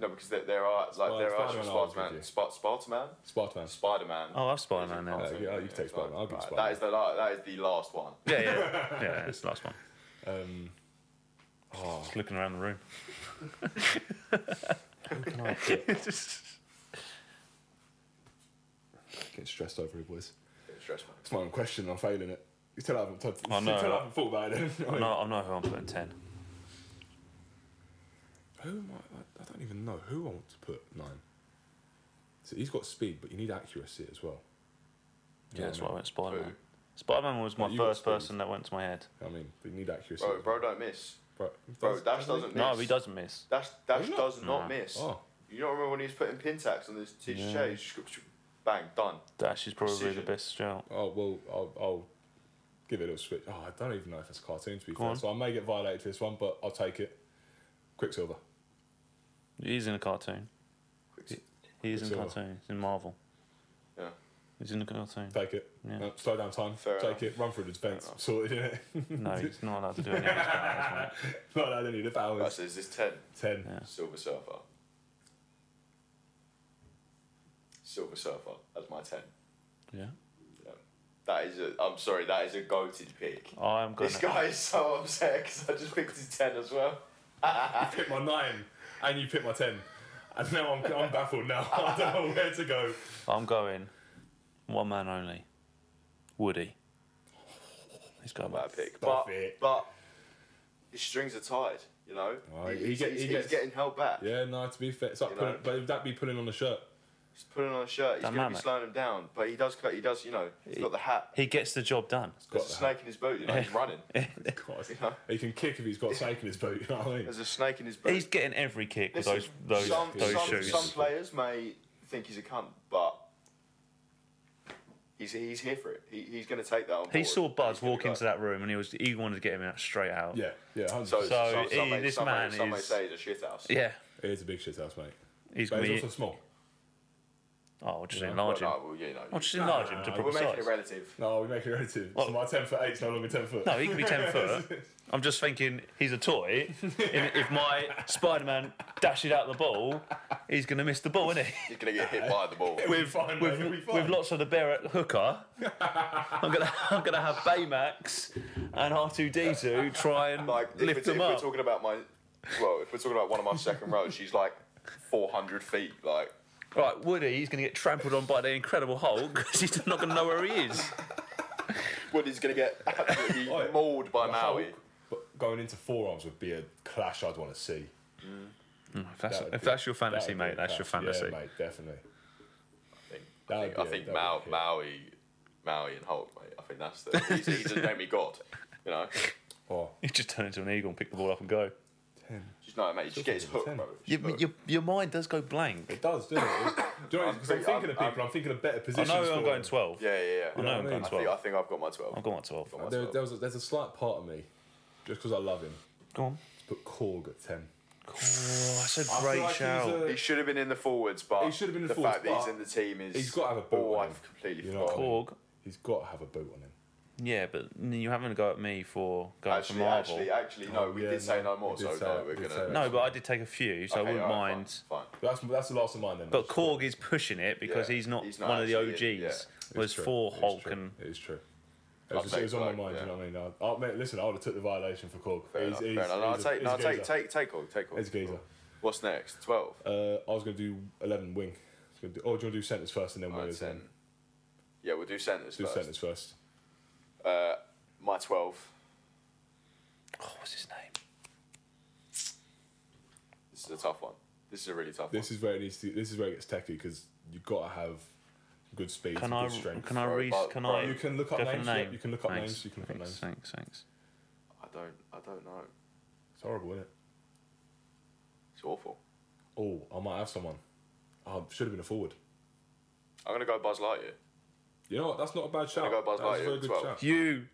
No, because there, there are like
Spider-
there are
Spider-Man, I
actual
was
Spider-Man,
with
Sp- Spider-Man,
Spider-Man.
Spider-Man.
Oh, I've Spider-Man now.
Yeah, yeah, you can take Spider-Man. I'll give you
Right,
Spider-Man.
That is the la- that is the last one.
Yeah, yeah, yeah. yeah it's the last one.
Um, oh,
Just looking around the room. Just-
getting stressed over it, boys.
Stress man.
It's my own question. I'm failing it. You tell I haven't, t-
I know.
tell I haven't thought about it.
I know, I know who I'm putting ten.
Who am I? I- I don't even know who I want to put nine. So he's got speed, but you need accuracy as well.
Yeah, that's why I went Spider-Man.
Who?
Spider-Man was my
You got
first
Speed.
person that went to my head.
I mean, but you need accuracy.
Bro, bro, don't miss.
bro,
Bro, Dash doesn't miss.
No, he doesn't miss.
Dash, Dash
Does he not?
does not
No.
miss.
Oh,
You don't remember when he was putting pin tax on this teacher's
Yeah.
chair? He's just, sh- bang, done.
Dash is probably
Precision.
the best shout.
oh well, I'll, I'll give it a little switch. Oh, I don't even know if it's a cartoon to be
Go
fair.
on.
So I may get violated for this one, but I'll take it. Quicksilver.
He's in a cartoon.
Quick-
He's in a
Quicksilver.
cartoon. He's in Marvel.
Yeah.
He's in a cartoon.
Take it.
Yeah.
No, slow down time.
Fair
Take
enough.
it. Run through the defence.
enough.
Sorted it.
No, he's not allowed to do any of his powers,
Not had any of the
Right,
powers.
so is this ten?
Ten.
Yeah.
Silver Surfer. Silver Surfer. That's my ten.
mate.
That is a. I'm sorry. That is a goated pick.
Yeah. I'm going
This
to...
guy is so upset because I just picked his ten as well.
picked my nine, and you picked my ten, and now I'm, I'm baffled. Now I don't know where to go.
I'm going one man only. Woody. He's got my...
Bad pick,
Stop
but
it.
but his strings are tied. You know,
Oh, he- he
he's,
get-
he's-
he
he's
gets-
getting held back.
Yeah, no. To be fair, it's like
You know.
putting, but that'd be putting on a shirt.
He's putting on a shirt. He's
Don't
going
mind
to be
it.
slowing him down, but he does. cut- He does. You know, he's got the hat.
He gets the job done.
Got
There's a
that.
snake in his boot. You know, he's running.
God,
know.
he can kick if he's got a snake in his boot. You know what I mean?
There's a snake in his boot.
He's getting every kick with
Listen,
those those,
some,
those
some,
shoes.
some players may think he's a cunt, but he's he's here for it. He, he's going to take that on board.
he saw Buzz
He's gonna
walk
go.
into that room and he was he wanted to get him out straight out.
Yeah, yeah. 100%.
So,
So
some, some
he-
may,
this
some
man
may, some may
is-
say he's a shit house.
Yeah.
it is a big shit house, mate.
He's
But
going
he's
to
also
be...
small.
Oh, we'll just
Yeah.
enlarge him.
Well, no, well, you know,
I'll Oh, just
you-
enlarge him to
Nah,
we're
proper
making
size.
it relative.
No, we make it relative.
Well-
so my ten foot eight's no longer ten foot.
No, he can be ten foot. I'm just thinking he's a toy. and if my Spider-Man dashes out the ball, he's going to miss the ball, isn't he?
He's going to get hit by the ball.
We're fine. Mate. We'll be
With,
fine.
with lots of the Barrett hooker, I'm gonna I'm gonna have Baymax and R2D2 try and
Like if,
lift
we're, if
them
we're
up.
talking about my, well, if we're talking about one of my second rows, she's like 400 feet. Like
Right, Woody, he's gonna get trampled on by the Incredible Hulk because he's not gonna know where he is.
Woody's going to get absolutely
Oi.
mauled by
The
Maui.
Hulk, But going into forearms would be a clash I'd want to see.
If that's,
That would
if
be-
that's your
that would
fantasy,
be
mate,
a
that's your
clash.
fantasy.
Yeah, mate, definitely.
I think-
That
I
would
think,
be
I
a-
think
that
Mau-
would be a-
Maui, Maui and Hulk, mate. I think that's the. He's, he's just made me god. You know.
Oh,
You just turn into an eagle and pick the ball up and go.
ten.
Just no, mate. You just get his hook,
Ten.
bro. It's
Your,
hook.
your, your mind does go blank.
It does, doesn't it? Do you know, because I'm
I'm pretty-
thinking of
I'm-
people, I'm thinking of better
I
positions.
know I'm
for
going
him.
12.
yeah, yeah,
I
yeah.
know
Yeah,
I'm
I
going
mean,
I think, I
12.
think I've got my 12.
I've gone at 12.
Got my
There,
12.
there was a, there's a slight part of me, just because I love him,
Go on.
put Korg at ten.
Oh, that's a
feel
great
like he's
shout.
a-
He should have been in the forwards, but
He should have been in the
the
forwards,
fact that he's
but
in the team is.
he's gotta have a boot
Oh,
on him.
I've completely
You know
forgotten.
what
Korg.
He's got to have a boot on him.
Yeah, but you haven't got at me for going for
Actually,
Marvel.
actually, actually, no,
Oh,
we
yeah,
did say
no,
no more,
we
so
did say
no,
that,
we're
we did
gonna.
say that.
no, but I did take a few, so I
Okay,
wouldn't
alright,
mind.
Fine. fine.
That's that's the last of mine then.
But Korg is pushing it because
Yeah,
he's not
he's not
one of the OGs.
actually in,
It's
Whereas
true,
for
it's
Hulk
true,
and
it is true. It was,
I'd
just- it was
take
on my
Korg,
mind.
yeah.
Do you know what I mean? I, I, mate, listen, I would have took the violation for Korg.
Fair enough, fair enough. No, I'll take, no, I'll take, take, take all, take all.
He's a geezer.
What's next? Twelve.
Uh, I was going to do eleven wing. I was gonna do- Oh, do you want to do centres first and then
Alright,
wingers?
ten.
then?
Yeah, we'll do centres
Do
first.
centres first.
Uh, my twelve.
oh, what's his name?
This is a tough one. This is a really tough
This is where it needs to. This is where it gets techie because you've got to have good speed,
Can
good
I?
strength.
Can I?
Sorry,
Re-
but-
can
but
I?
you can look up
go for
names,
the
yeah, you can look up
Thanks,
names, you can look up
thanks,
names.
Thanks. Thanks.
one. I don't, I don't know.
It's horrible, isn't it?
It's awful.
Oh, I might have someone. I should have been a forward.
I'm gonna go Buzz Lightyear.
You know what? That's not a bad shout.
go Buzz
That's a
Lightyear
very
at
good
12.
shout.
You.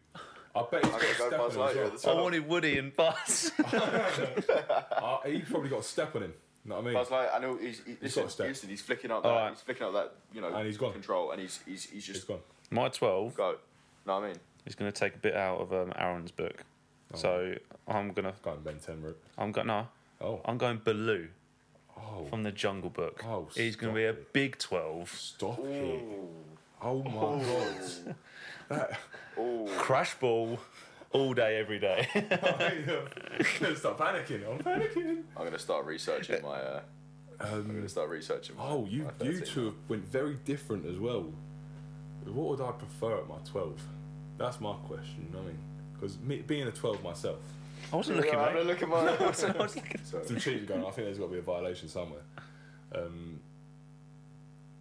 I bet he's got
gonna
a
go
step
Buzz
on him as
Lightyear
well.
at the
I
Well-
wanted Woody and Buzz.
Uh, he probably got a step on him. You know what I mean?
Buzz Lightyear. I know he's, he, listen,
got a step.
listen, he's flicking up that,
Alright.
he's flicking up that, you know,
And he's gone.
control, and he's, he's, he's
He's
just
gone.
My twelve
go. Know what I mean?
is going to take a bit out of um, Aaron's book,
Oh.
so I'm gonna.
Going Ben Ten route.
I'm going. No,
Oh,
I'm going Baloo
oh,
from the Jungle Book.
Oh,
He's going
stop
to be a
it.
big twelve.
stop it! Oh my god!
Ooh.
Crash ball, all day, every day.
Stop panicking! I'm panicking. Um,
I'm gonna start researching my. Uh, I'm gonna start researching. My,
Oh, you
my
you
13.
two have went very different as well. What would I prefer at my twelve? That's my question. you know what I mean, because me being a twelve myself,
I wasn't
Yeah,
looking,
I'm gonna
mate.
look at my.
I was looking.
some cheating going. on. I think there's got to be a violation somewhere. Um,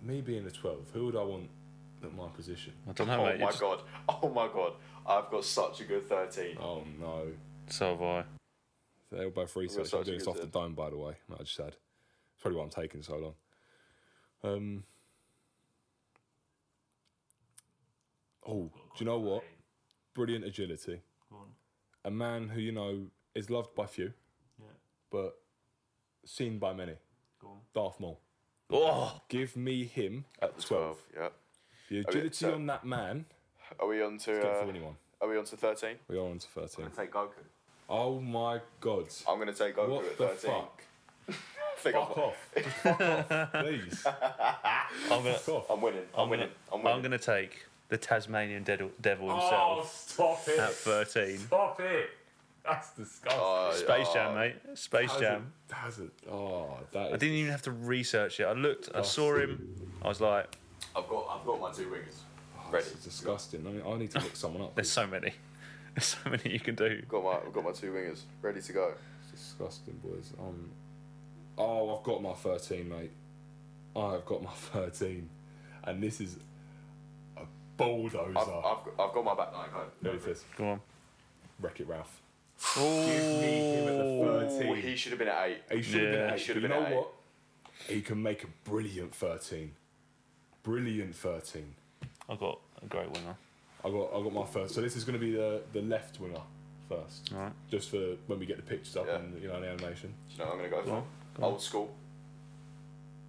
me being a twelve, who would I want at my position?
I don't know,
oh
mate.
my
it's-
god! Oh my god! I've got such a good thirteen.
Oh no.
So have I.
So they were both research.
such
I'm
a
doing this
good
off the
tip.
dome, by the way. I just had. It's probably why I'm taking so long. Um. Oh, do you know what? Brilliant agility. A man who you know is loved by few, but seen by many. Darth Maul.
Oh,
Give me him at
The
twelve.
Twelve. Yeah.
The
yeah,
agility
so-
on that man.
Are we on to?
Good for
Uh,
anyone.
are we on to thirteen?
We are on to thirteen.
take Goku.
Oh my god!
I'm gonna take Goku
What
at
the
thirteen.
fuck?
I think
Fuck
I'm,
off! Just fuck off, please.
I'm gonna.
Fuck off.
I'm winning. I'm,
I'm
winning.
gonna,
I'm winning.
gonna take the Tasmanian devil, devil
Oh,
himself
stop it.
at 13.
Stop it. That's disgusting.
Oh,
Space
oh,
Jam, mate. Space Jam.
Doesn't. Oh, that
I
is.
didn't even have to research it. I looked,
Oh,
I saw him, I was like,
I've got. I've got my two wingers. Ready.
It's Oh, disgusting. I mean, I need to look someone up.
there's so many. There's so many you can do.
Got my. I've got my two wingers. Ready to go.
It's disgusting, boys. Um, oh, I've got my 13, mate. I've got my 13. And this is a bulldozer.
I've, I've, got- I've got my back line. Go.
There it is.
Go on.
Wreck it, Ralph. Give me
Oh,
him at the
Ooh,
13.
he should have been at eight.
He should have
Yeah.
been
He
eight.
should
but
have
you
been
know
eight.
what? He can make a brilliant 13. Brilliant 13.
I got a great winner.
I got I got my first. So this is going to be the the left winger first,
All right.
just for when we get the pictures up
Yeah.
and you know the animation.
Do you know what I'm gonna go,
on,
for? Old school.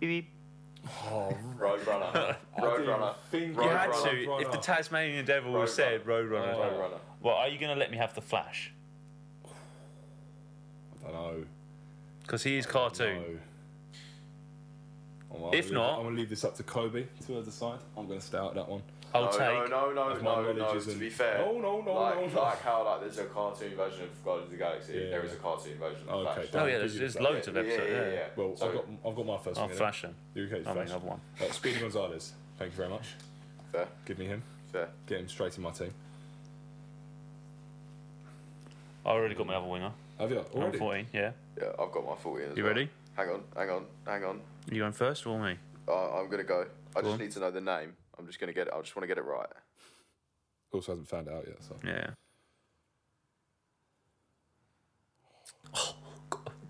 Oh,
Roadrunner. Roadrunner.
think
Roadrunner.
You had
Roadrunner.
to. If the Tasmanian devil was said Roadrunner,
Roadrunner.
well, are you going to let me have the Flash?
I don't know.
Because he is cartoon.
No. I'm gonna
If
leave-
not-
I'm gonna leave this up to Kobe to decide. I'm gonna stay out of that one.
I'll
No,
take.
no, no, no,
If my
no,
knowledge
no. To
isn't-
be fair,
No, no, no,
like,
no, no.
like how like there's a cartoon version of Guardians of the Galaxy.
Yeah.
There is a cartoon version. Of
Okay,
Flash.
done.
Oh, yeah, there's, there's loads of
Yeah, yeah,
episodes.
yeah,
yeah.
yeah.
Well,
So-
I've got I've got my first.
I'll
winger.
Oh, flash him.
You okay?
I mean,
Flash.
I've won.
Uh, Speedy Gonzalez. Thank you very much.
Fair,
Give me him.
fair.
Get him straight in my team.
I already got my other winger.
Have you
I'm
already?
14, yeah.
Yeah, I've got my 40 in as
You
well.
ready?
Hang on, hang on, hang on.
You going first or me?
I I'm gonna go. I just
on.
need to know the name. I'm just gonna get it. I just want to get it right.
Also hasn't found it out yet. So
Yeah.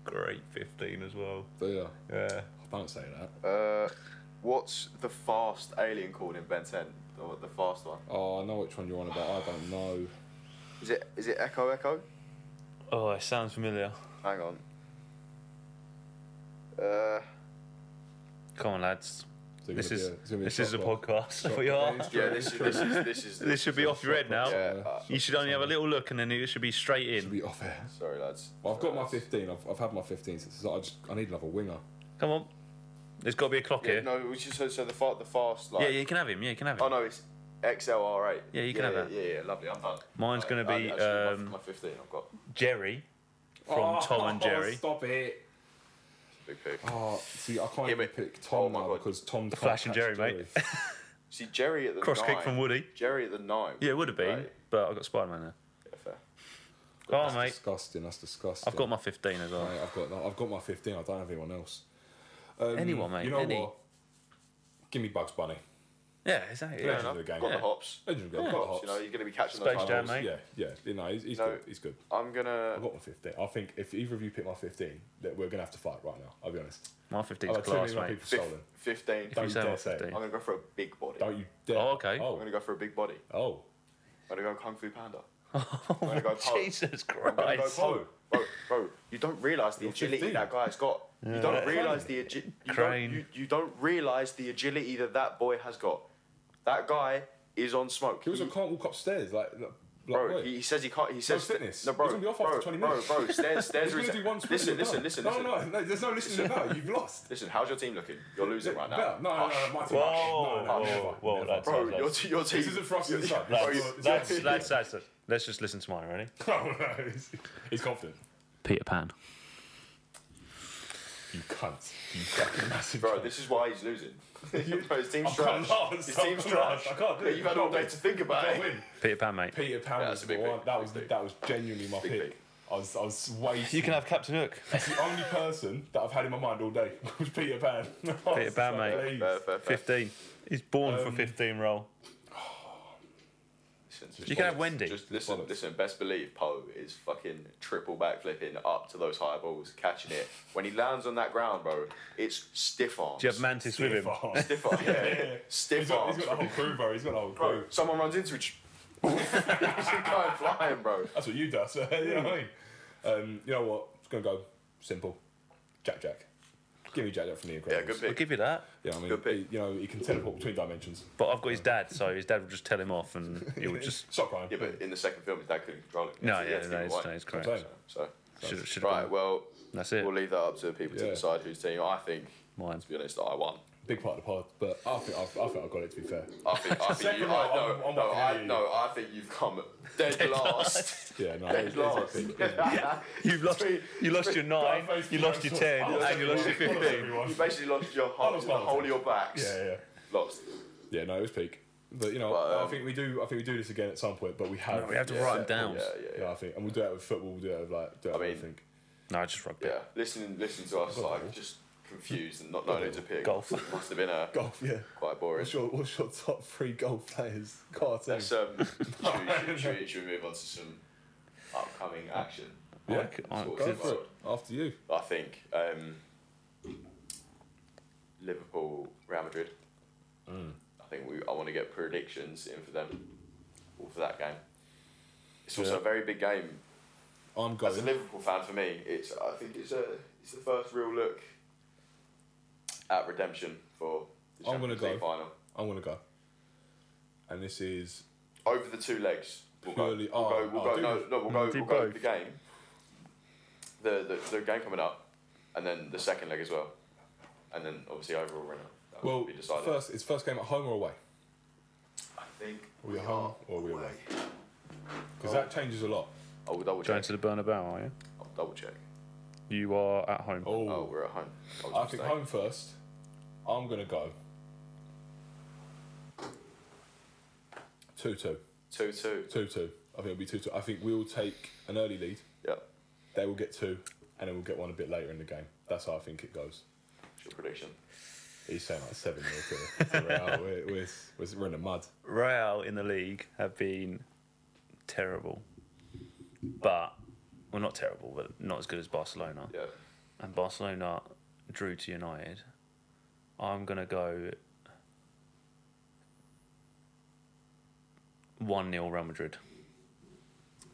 great 15 as well.
But yeah,
Yeah.
I don't say that.
Uh, what's the fast alien called in Ben 10? The, the fast one.
Oh, I know which one you're on about. I don't know.
Is it is it Echo Echo?
Oh, it sounds familiar.
Hang on. Uh,
Come on, lads.
Is it
This
gonna be
is
a- it's gonna be
this is a
shot
podcast. We are.
yeah, this is this is this is.
This should be off your head now.
yeah. uh,
You should only have a little look, and then it should be straight
Should
in.
be off air.
sorry, lads.
Well, I've got my
Sorry, lads.
15. I've, I've had my 15 since. I just I need another winger.
Come on. There's got to be a clock
Yeah,
here.
no, we should so so the fast the fast like.
Yeah, you can have him. Yeah, you can have him.
Oh no, it's XLR8.
Yeah, you can
yeah,
have
yeah, Yeah, yeah, lovely. I'm done.
Mine's
I-
gonna
I-
be,
actually, my-
um,
my 15. I've got
Jerry from
Oh,
Tom and Jerry.
Stop it.
big pick.
Oh, see, I can't
Yeah,
even
but-
pick
oh
Tom
my
now
God.
because Tom can't
Flash and
catch
Jerry, mate.
See Jerry at the
Cross
nine.
kick from Woody.
Jerry at the nine.
Yeah, it would have been,
Right.
but I got Spider Man there.
Yeah, fair.
Oh,
That's
mate.
disgusting. That's disgusting.
I've got my 15 as well.
Mate, I've got that. I've got my 15. I don't have anyone else. Um,
Anyone, mate,
You know
any.
what? Give me Bugs Bunny.
Yeah, exactly.
Yeah,
Yeah.
Fair enough.
the game.
Got
Yeah.
the hops.
Legend of the Game,
Got
got
the hops. You know,
hops.
you're gonna be catching
Space
those.
Jam.
Jam.
Hops,
mate.
Yeah, yeah. You know, he's, he's
No.
good. He's good.
I'm gonna.
I've got my 15. I think if either of you pick my 15, that we're going to have to fight right now. I'll be honest.
My
I've
15's
had too many
class,
of my
mate.
people
Fif-
stolen.
15.
Don't
say
dare
my
say it.
15.
I'm gonna go for a big body.
Don't you dare.
Oh, okay.
I'm
Oh,
gonna go for a big body.
oh.
I'm gonna go Kung Fu Panda. I'm gonna go Poe.
Jesus
I'm gonna go
Christ.
Poe. Bro, bro, you don't realise the
You're
agility
15.
that guy's got. You don't realise the agi- you, don't,
Crane.
you, you don't realise the agility that that boy has got. That guy is on smoke.
He also
He-
can't walk upstairs. Like, like
Bro,
wait.
he, he says he can't. He says
fitness.
No, bro,
He's gonna be off
bro,
after 20
bro,
minutes.
bro, stairs, stairs.
He's gonna
reset.
do one sprint
listen,
and you're
listen,
done.
listen,
no,
listen.
No, no, there's no listening now. You've lost.
Listen, how's your team looking? You're losing right now.
No, no, no,
Hush.
no, my team.
Whoa,
No, no,
whoa,
never,
whoa,
never.
lads.
Bro, your, t- your team.
This isn't Frost and Sun.
Bro,
That's-
your-
that's-
Lads, lads, lads, lads. Let's just listen to mine, ready?
Oh, no, he's- He's confident.
Peter Pan.
You cunt. You fucking massive
Bro,
cunt.
this is why he's losing. bro, his
I
team's trash.
can't last.
His
I
team's
can't last.
trash.
I can't do
Yeah,
it.
You've had all day to think about
I
it.
win.
Peter Pan, mate.
Peter Pound
Yeah,
was
that's a
the
big
one.
pick.
That was
Big pick.
that was genuinely my
Big
pick.
pick.
I was I was way.
You can have Captain Hook.
That's the only person that I've had in my mind all day was Peter Pan. Peter
Pan, mate.
Fair, fair, fair.
15. He's born for
Um,
15 role.
Listen,
You can have Wendy.
Just listen,
bollocks.
listen. Best believe Poe is fucking triple back flipping up to those high balls, catching it. When he lands on that ground, bro, it's stiff arms.
Do you have Mantis with him?
stiff arms. Yeah,
yeah. He's
stiff
got,
arms.
he's got the whole crew, bro. He's got the whole
bro.
crew.
Someone runs into it. He's going flying, bro.
That's what you do. So, you know what I mean? Um, you know what? It's gonna go simple. Jack, Jack. Give me Jack, Jack from the Incredibles.
Yeah, good
I'll
pick.
give you that.
Yeah, I mean,
Good pick.
He, you know, he can teleport between dimensions.
But I've got his dad, so his dad will just tell him off and he will just.
stop crying.
Yeah, but in the second film, his dad couldn't control it.
No,
He had to
yeah,
give
that
it
is,
away.
that is
I'm
correct.
saying.
So,
Should, should have
right,
been.
well,
That's it.
we'll leave that up to the people to
Yeah.
decide whose team. I think,
Mine.
to be honest, I won.
Big part of the pod, but I think I've, I think I've got it. To be fair.
I think, I think you,
Second
I,
round,
no,
I'm- I'm
no,
fucking
I,
idiot.
no, I think you've come dead, last.
Yeah, no.
Dead
it's- it's
last.
a big pick.
You've lost,
Between-
you lost your 9,
Barface
you lost your
Jones.
10,
Oh,
and you lost your
everyone.
15.
Everyone.
You basically lost your whole,
was
the
one of
whole
them.
of your backs.
Yeah, yeah.
Lost.
Yeah, no, it was peak. But you know,
But,
I
um,
think we do. I think we do this again at some point. But we have.
No, we have to
set
write 'em down.
Oh, Yeah,
goals.
yeah,
I think, and we'll do that with football. We'll do that with like. Do that
I
with
mean-
everything.
No, just rugby.
Yeah. Listen, listen to us, like, just confused and not knowing who to pick.
Golf.
Must have been a,
Golf, yeah.
quite boring.
What's your, what's your top three golf players? Cartoon.
Let's, um, should, we, should, we, should we move on to some upcoming action?
I
Yeah.
c- I-
Go
Go
Good.
for it. After you.
I think um, Liverpool, Real Madrid.
Mm.
I think we. I want to get predictions in for them, or for that game. It's also
Yeah.
a very big game.
I'm
As a
going.
Liverpool fan, for me, it's. I think it's a. It's the first real look at redemption for the
I'm gonna
Champions League
go.
final.
I'm gonna go. And this is
Over the two legs, we'll
Purely-
go. We'll
oh,
go. We'll
oh,
go.
do
No,
this.
no, we'll go.
do
We'll go
both.
the game. The, the the game coming up, and then the second leg as well, and then obviously overall winner. That will
well.
be decided.
First, it's first game at home or away.
I think
Are we at home or are we away? Because that changes a lot.
I will double
Going
check.
to the Bernabeu, are you?
I'll double check.
You are at home.
Oh,
Oh, we're at home. That was a
I think
mistake.
home first. I'm gonna go. Two two.
Two two.
Two two. I think it'll be two two. I think we'll take an early lead.
Yep.
They will get two, and then we'll get one a bit later in the game. That's how I think it goes.
What's your prediction?
He's saying like seven nil to, to Real. We're, we're, we're- we're in the mud.
Real in the league have been terrible, but well, not terrible, but not as good as Barcelona.
Yeah.
and Barcelona drew to United, I'm gonna go one 0 Real Madrid.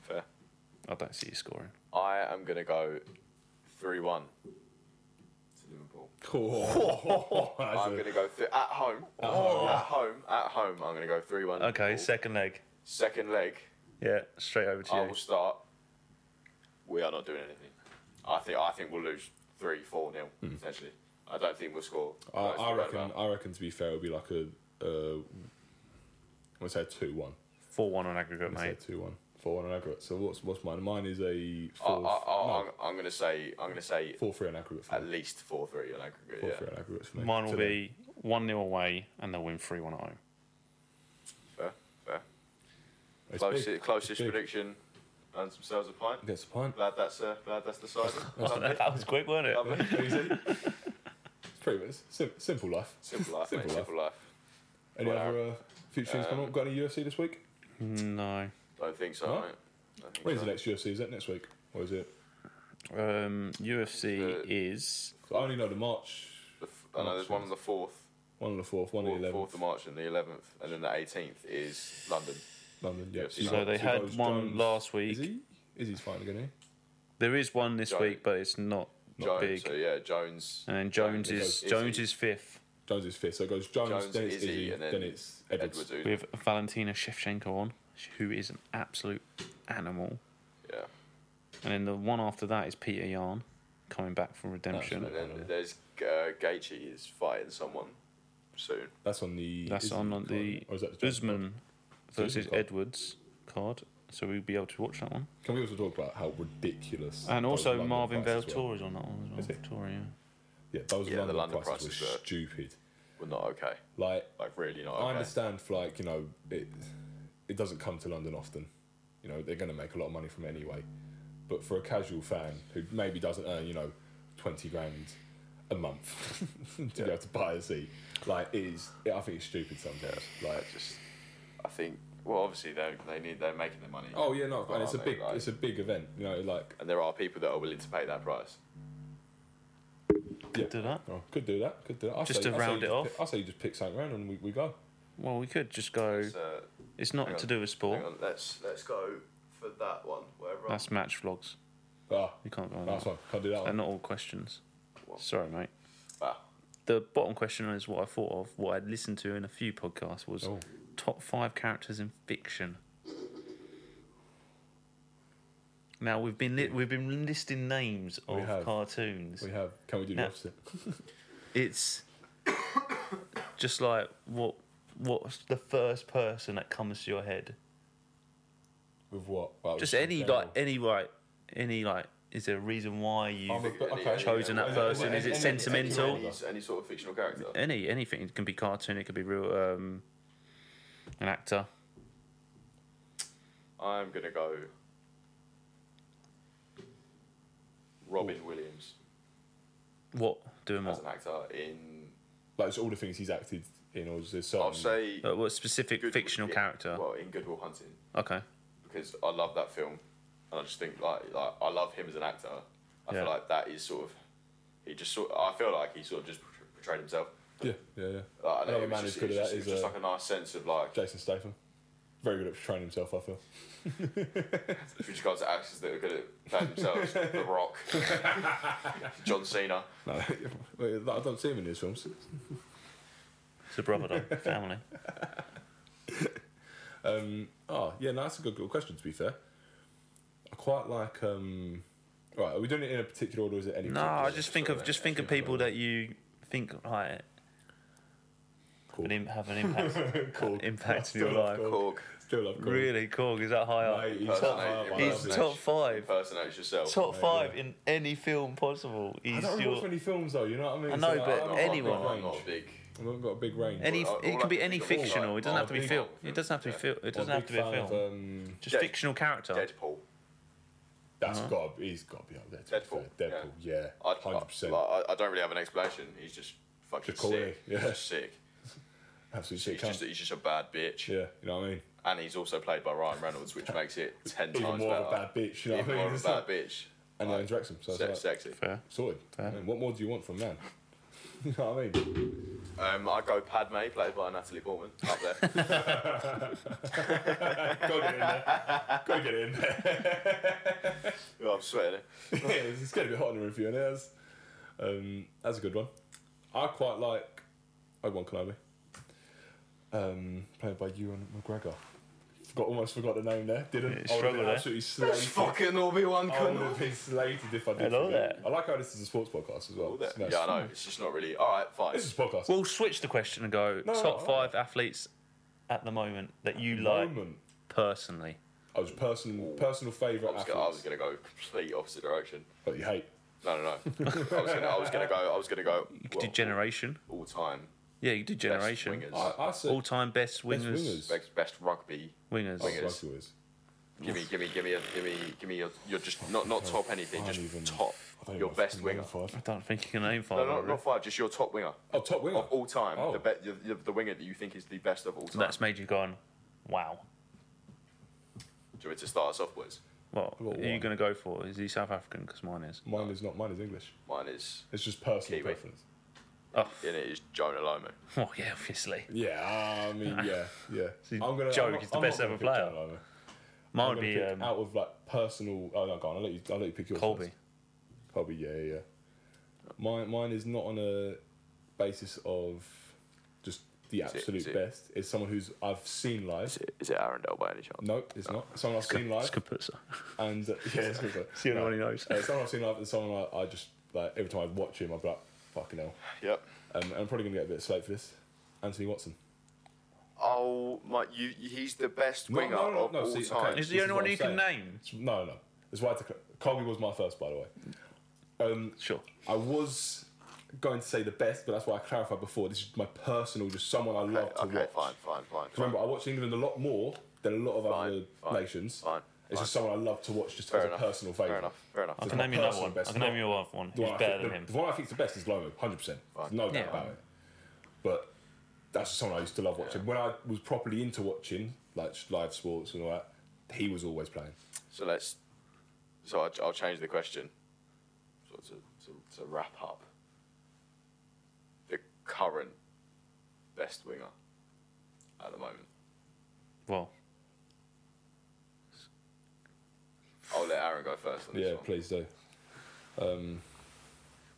Fair.
I don't see you scoring.
I am going to go 3 1 to Liverpool. I'm going to go th- at home.
Oh.
At home. At home. At home. I'm going to go 3 1.
Okay, second leg. Oh,
Second leg,
Yeah, straight over to
I
you.
will start. We are not doing anything. I think I think we'll lose 3 4 nil, potentially. I don't think we'll score.
Hmm. I,
That's
I
the
reckon.
roundabout.
I reckon to be fair, it'll be like a. Uh, I would say two one.
Four one on
I
aggregate, mate.
say two one. Four one on aggregate. So what's what's mine? Mine is a
I,
four.
I, I,
no,
Oh, I'm, I'm going to say I'm going to say
four three on aggregate. For
at
me.
least 4 3 on aggregate.
Four
yeah.
three on aggregate for me.
Mine will
To them.
be one 0 away, and they'll win three one at home.
Fair, fair.
It's
Closest,
big.
closest
big.
prediction and some sales of pint.
Against the pint.
Glad that's uh, glad that's decided. Lovely,
that was quick, wasn't it?
lovely.
Easy. it's pretty much sim- simple life.
Simple life, mate.
Simple life.
Simple life. Um,
Any
Wow.
other uh, future things coming up? Got any UFC this week?
No.
Don't think so,
Huh?
mate. Don't think
When's
so.
the next UFC? Is that next week? Or is it?
Um, UFC
Uh,
is
I only know the March
The f- I know there's one on the fourth,
one on the fourth, one on the eleventh.
fourth of March, and the eleventh, and then the eighteenth is London.
London. Yeah.
UFC.
so they
Two
had
goes
one
Jones.
last
Is
week.
he? Is he's finally going to?
There is one this
Jones.
week, but it's not,
Jones,
big.
so yeah, Jones,
and then Jones
Jones
is
goes
Jones
Izzy.
is fifth
Jones is fifth. So it goes Jones,
Jones,
then it's
Izzy,
Izzy,
and
then,
then
it's Edwards.
Edwards, Edwards
with Valentina Shevchenko on, who is an absolute animal.
yeah.
And then the one after that is Peter Yarn coming back from redemption.
And then there's uh, Gaethje is fighting someone soon.
That's on the.
That's
Izzy
on, on
card,
the
Or is that the Jones card?
Usman
the Usman
versus
card.
Edwards card. So we'll be able to watch that one.
Can we also talk about how ridiculous?
And
those
also
London
Marvin Vale
prices were?
Tour is on that one as
Is he?
well. Tour, yeah.
Yeah, those
Yeah, the
London,
London
prices,
prices
were
were-
stupid.
Well, not okay.
Like
Like really not
I
okay.
understand, for like you know, it it doesn't come to London often. You know, they're going to make a lot of money from it anyway. But for a casual fan who maybe doesn't earn, you know, twenty grand a month to be able to buy a seat, like it is, I think it's stupid sometimes. Like,
Just, I think. Well, obviously they they need they're making the money.
oh yeah, no, and it's a
Aren't
big,
they, like-
it's a big event. You know, like
and there are people that are willing to pay that price.
yeah,
Do that.
oh, could do that, could do that. I
Just
say,
to
I say
round
you
it
just
off.
pick- I say you just pick something round and we, we go.
Well, we could just go.
So
It's not
hang
to
on,
do with sport.
hang on, let's let's go for that one. Wherever.
That's match vlogs.
Ah,
You can't go on
nice
that.
one. Can't do that
They're
one.
not all questions.
What?
Sorry, mate.
I'm, ah,
The bottom question is what I thought of, what I'd listened to in a few podcasts was
Oh.
top five characters in fiction. Now we've been li- we've been listing names
We
of
have.
cartoons.
We have. Can we do the
No.
opposite?
It's just like what what's the first person that comes to your head?
With what? Well,
Just
in
any
general.
like any like any like is there a reason why you
I'm a-
Any-
okay.
any-
chosen that
any-
person?
any-
Is it
any-
sentimental?
Any, any sort of fictional character.
any anything. It can be cartoon. It could be real. Um, an actor.
I'm gonna go. Robin Williams
What doing
as
what?
an actor in.
Like it's all the things he's acted in, or is there certain?
I'll say
Uh, what specific
Good-
fictional
yeah,
character?
Well, in Goodwill Hunting,
Okay.
because I love that film, and I just think like like I love him as an actor. I
Yeah.
feel like that is sort of he just sort. I feel like he sort of just portray- portrayed himself.
yeah, yeah, yeah.
Like, I know
Another
it
man
was just,
who's good
it was
at
just,
that
it was
is,
just
uh,
like a nice sense of like
Jason Statham, very good at portraying himself. I feel.
With regards to actors that are good at playing themselves, The Rock, John Cena.
No, wait, I don't see him in these films.
It's a brother family.
Um, oh, yeah, no, that's a good, good question. To be fair, I quite like. Um, right, are we doing it in a particular order? Or is it any?
No, I just think of just think of people that you think like
Cool.
an Im- have an impact.
cool.
impact in your life.
Korg.
Still love Korg.
Really, Korg is that high up?
Mate, he's
Personate-
top five. I
He's
love him.
top five.
Impersonate yourself.
Top
yeah.
five in any film possible.
I
He's
don't remember
your
watch many films though. You know what I mean?
I know,
like,
but
haven't got a big
anyone-
I'm not
range.
a big.
I haven't got a big range.
any.
Well, all
It could be
I
any
think of all,
fictional.
like,
It doesn't have to be
I'll be-
film. It doesn't have to be
Yeah.
film. It
I'm
doesn't have to be
big
a
fan
film.
Of, um,
Just
Dead-
fictional character.
Deadpool.
That's got. To, he's got to be up there. To
Uh-huh. Deadpool,
Be fair. Deadpool. Yeah.
I, I,
Hundred percent.
like, I, I don't really have an explanation. He's just fucking
Just corny,
sick.
yeah.
He's just sick.
Absolutely.
He's just, he's just a bad bitch.
yeah. You know what I mean?
And he's also played by Ryan Reynolds, which makes it ten
Even
times
more
better.
of a bad bitch. You know
Even
what I
more
mean?
of a
It's
bad
like-
bitch.
and he owns Wrexham. So it's
Se-
like,
sexy.
Fair.
sorted.
Fair.
I mean, what more do you want from man? you know what I mean?
Um, I go Padme, played by Natalie Portman, up there.
Go get in there. Go get in there.
oh, I'm sweating.
yeah, it's, it's going to be hot in a review, and it is. Um, that's a good one. I quite like Obi Wan Kenobi, um, played by Ewan McGregor. Forgot, almost forgot the name there. Didn't.
Yeah,
I would have
struggle
been
there.
absolutely
It's
slated.
fucking Obi Wan
I would have
Kenobi.
been slated if I did.
Hello
forget.
there.
I like how this is a sports podcast as well. It's nice.
Yeah, I know. It's just not really. All right, fine.
This is a podcast.
We'll switch the question and go
No,
top
no,
five athletes at the moment that you like
Moment.
personally.
I was personal personal
I
favourite
was, gonna, I was
athletes.
gonna go complete opposite direction.
But you hate.
No, no, no. I was gonna, I was gonna go. I was gonna go.
You could
Well,
do generation.
all time
Yeah, you could do
best
generation.
wingers,
I, I said
All time best wingers.
wingers.
best, best rugby.
Wingers.
Oh,
wingers.
Russell is.
Give me, give me, give me, a, give me, give me your, your just not not top anything,
can't
just
even-
top
I don't
your
even
best
fucking
winger.
know if
I
I-
don't think you can name five.
No, not,
already.
not five, just your top winger
Oh, top winger.
of all time.
Oh.
The, be, the, the, the winger that you think is the best of all time.
That's made you gone, wow.
Do you want me to start us off with?
What
What
are you
one?
going to go for? Is he South African? Because mine is.
Mine is not. Mine is English.
Mine is,
It's just personal
Kiwi.
preference.
Oh,
in it is Jonah Lomu.
well, yeah, obviously.
Yeah, I mean, yeah, yeah.
See, Joe is the best
not gonna
ever
pick
player.
Joe Lomé.
Mine
I'm
would
gonna
be
pick
um,
out of like personal. Oh no, go on. I'll let you. I'll let you pick yours.
Colby.
first. Colby. Yeah, yeah. yeah. Mine, mine is not on a basis of just the
it-
absolute
is it-
best. It's someone who's I've seen live.
Is it, is it Arundel by any chance?
No, it's not. Someone I've seen
It's
live,
Kaputsa.
and uh, yeah, it's good.
It's the only
No.
one he knows.
Uh, someone I've seen live, and someone I, I just like every time I watch him, I'm like, fucking hell.
Yep.
Um, and I'm probably gonna get a bit of slate for this. Anthony Watson.
Oh my! You, he's the best
No,
winger
no, no,
of
no,
all
see,
time.
okay.
He's
This is
the only
what
one
I'm
you can
saying.
name.
It's- No, no. It's why I took- Colby was my first, by the way. Um,
Sure.
I was going to say the best, but that's why I clarified before. This is my personal, just someone I love to
okay,
watch.
fine, fine, fine. fine.
Remember, I watch England a lot more than a lot of
Fine,
other
fine,
nations.
fine,
It's just someone I love to watch just
Fair
as a
enough.
personal favourite.
Fair enough. Fair enough.
I
It's
can
my
name you another
personal
one.
best,
I can
not
name you another one
The
who's
one, I
better
think,
than
the,
him.
the one I think's the best is Lomo, 100%. There's No doubt
Yeah.
about it. But that's just someone I used to love watching. When I was properly into watching, like just live sports and all that, he was always playing.
So let's. So I, I'll change the question. So to, to, to wrap up. The current best winger at the moment.
Well,
I'll let Aaron go first. On this
Yeah,
one.
please do. Um,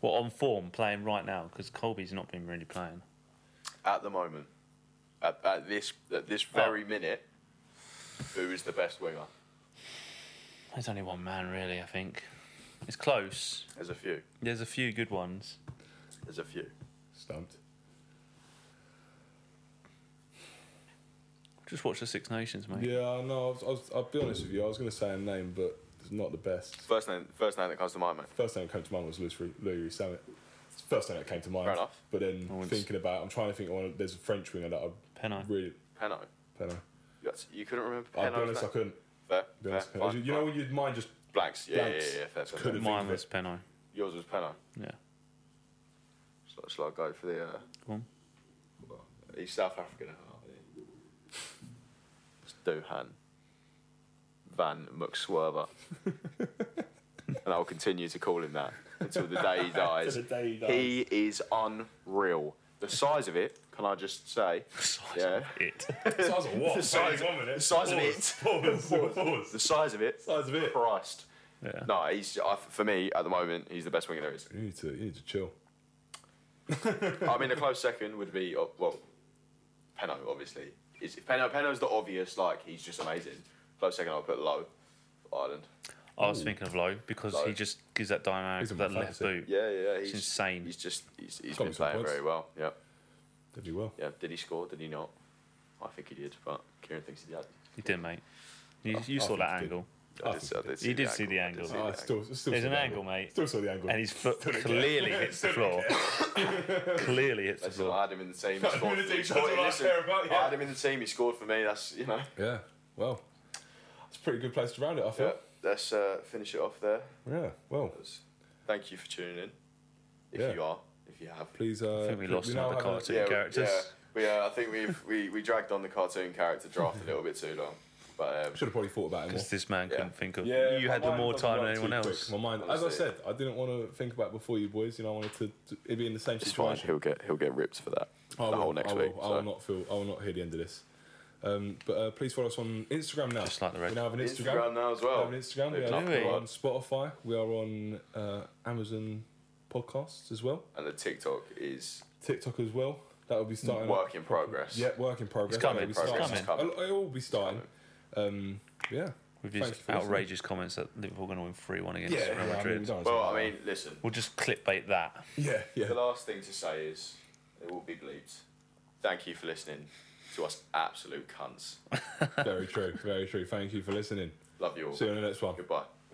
well, on form, playing right now because Colby's not been really playing.
At the moment, at, at this at this
Oh.
very minute, who is the best winger?
There's only one man really. I think it's close.
There's a few.
There's a few good ones.
There's a few.
Stumped.
Just watch the Six Nations, mate.
Yeah, no, I was, I was, I'll be honest with you. I was going to say a name, but it's not the best.
First name. First name that comes to mind, mate.
First name that came to mind was Louis Ru- Louis Rees Summit. It's the First name that came to mind.
Fair enough.
But then
Oh, it's-
thinking about, I'm trying to think. Of one, there's a French winger that I
Peno.
really.
Penno.
Penno.
You, got- you couldn't remember
I'll be
Penno's
honest, I
name?
couldn't.
Fair,
Be
fair,
honest, I couldn't.
fine,
you know when your mind just
Blanks. Yeah, yeah, yeah,
Blanks.
yeah. Fair, fair, fair.
couldn't
Mine
think of
was
it.
Peno.
Yours was Penno.
Yeah.
Shall, shall I go for the? Uh,
Go on.
He's South African, aren't he? It's Dohan Van McSwerver. and I'll continue to call him that until the day he dies.
the day he dies.
He is unreal. The size of it, can I just say? yeah.
It.
Size of what?
The size-
One minute.
the size of
Pause, Pause. Pause.
The size of it.
Size of it.
Christ.
Yeah.
No, he's I, for me at the moment. He's the best winger there is.
You need to. You need to chill.
I mean, a close second would be uh, well, Peno obviously. Is Peno? Peno's the obvious. Like he's just amazing. Close second, I'll put Low, Ireland.
I was thinking of Lowe because
Lowe.
he just gives that dynamic
He's a
of that left
fantasy.
boot.
Yeah, yeah, he's
It's insane.
He's just he's, he's
Got
been
me some
playing
points.
very well. Yeah,
Did you well?
yeah. Did he score? Did he not? I think he did, but Kieran thinks he did.
You did, mate. You, you
I
saw
think
that
he did.
angle.
I
I
did, I did
You did see the
I did
angle.
see
Oh, I still, still
There's
saw
an
the
angle, mate.
Still saw the angle.
And his foot
Still again.
clearly hits the floor. clearly
Oh,
hits the
Listen, I
floor.
had him in the team. He scored for me. He
That's
scored-
all I
listen,
care about,
I
yeah.
had him in the team. He scored for me. That's you know.
Yeah. Well, it's a pretty good place to round it. I
Yeah.
feel.
Let's uh, finish it off there.
Yeah. Well,
Let's- Thank you for tuning in. If
Yeah.
you are, if you have.
please. Uh,
I think we lost
now
another
have a-
cartoon characters.
Yeah, we, uh, I think we've we, we dragged on the cartoon character draft a little bit too long. But um,
Should have probably thought about it more.
Because this man
Yeah.
couldn't think of.
Yeah,
you
my
had the
mind
more
doesn't
time than
work
anyone
too quick.
else.
My mind, as I
Honestly.
said, I didn't want to think about it before you boys. You know, I wanted to, to it'd be in the same
it's fine.
situation.
He'll get he'll get ripped for that
I
the
will,
whole next
I will,
week.
I
so.
will not feel. I will not hear the end of this. Um, but uh, please follow us on Instagram now.
Just like the
We
rest.
now have an Instagram.
Instagram now as well.
We have an Instagram. We
They've
are
not
Do we?
on
gone.
Spotify. We are on uh, Amazon podcasts as well.
And the TikTok is
TikTok as well. That will be starting. up.
work in progress.
Yeah, work in progress.
It's coming,
It'll be
progress
starting.
is
coming.
It'll- It'll be starting. Um, yeah.
With
Thanks
his
for listening.
outrageous comments that Liverpool going to win 3 1 against
Yeah,
Real
yeah, I
Madrid.
mean, we don't
Well,
have
I
to-
mean, listen.
we'll just clickbait that.
yeah, yeah.
The last thing to say is it will be bleeped. Thank you for listening to us absolute cunts.
Very true. Very true. Thank you for listening.
Love you all.
See you on the next one.
Goodbye.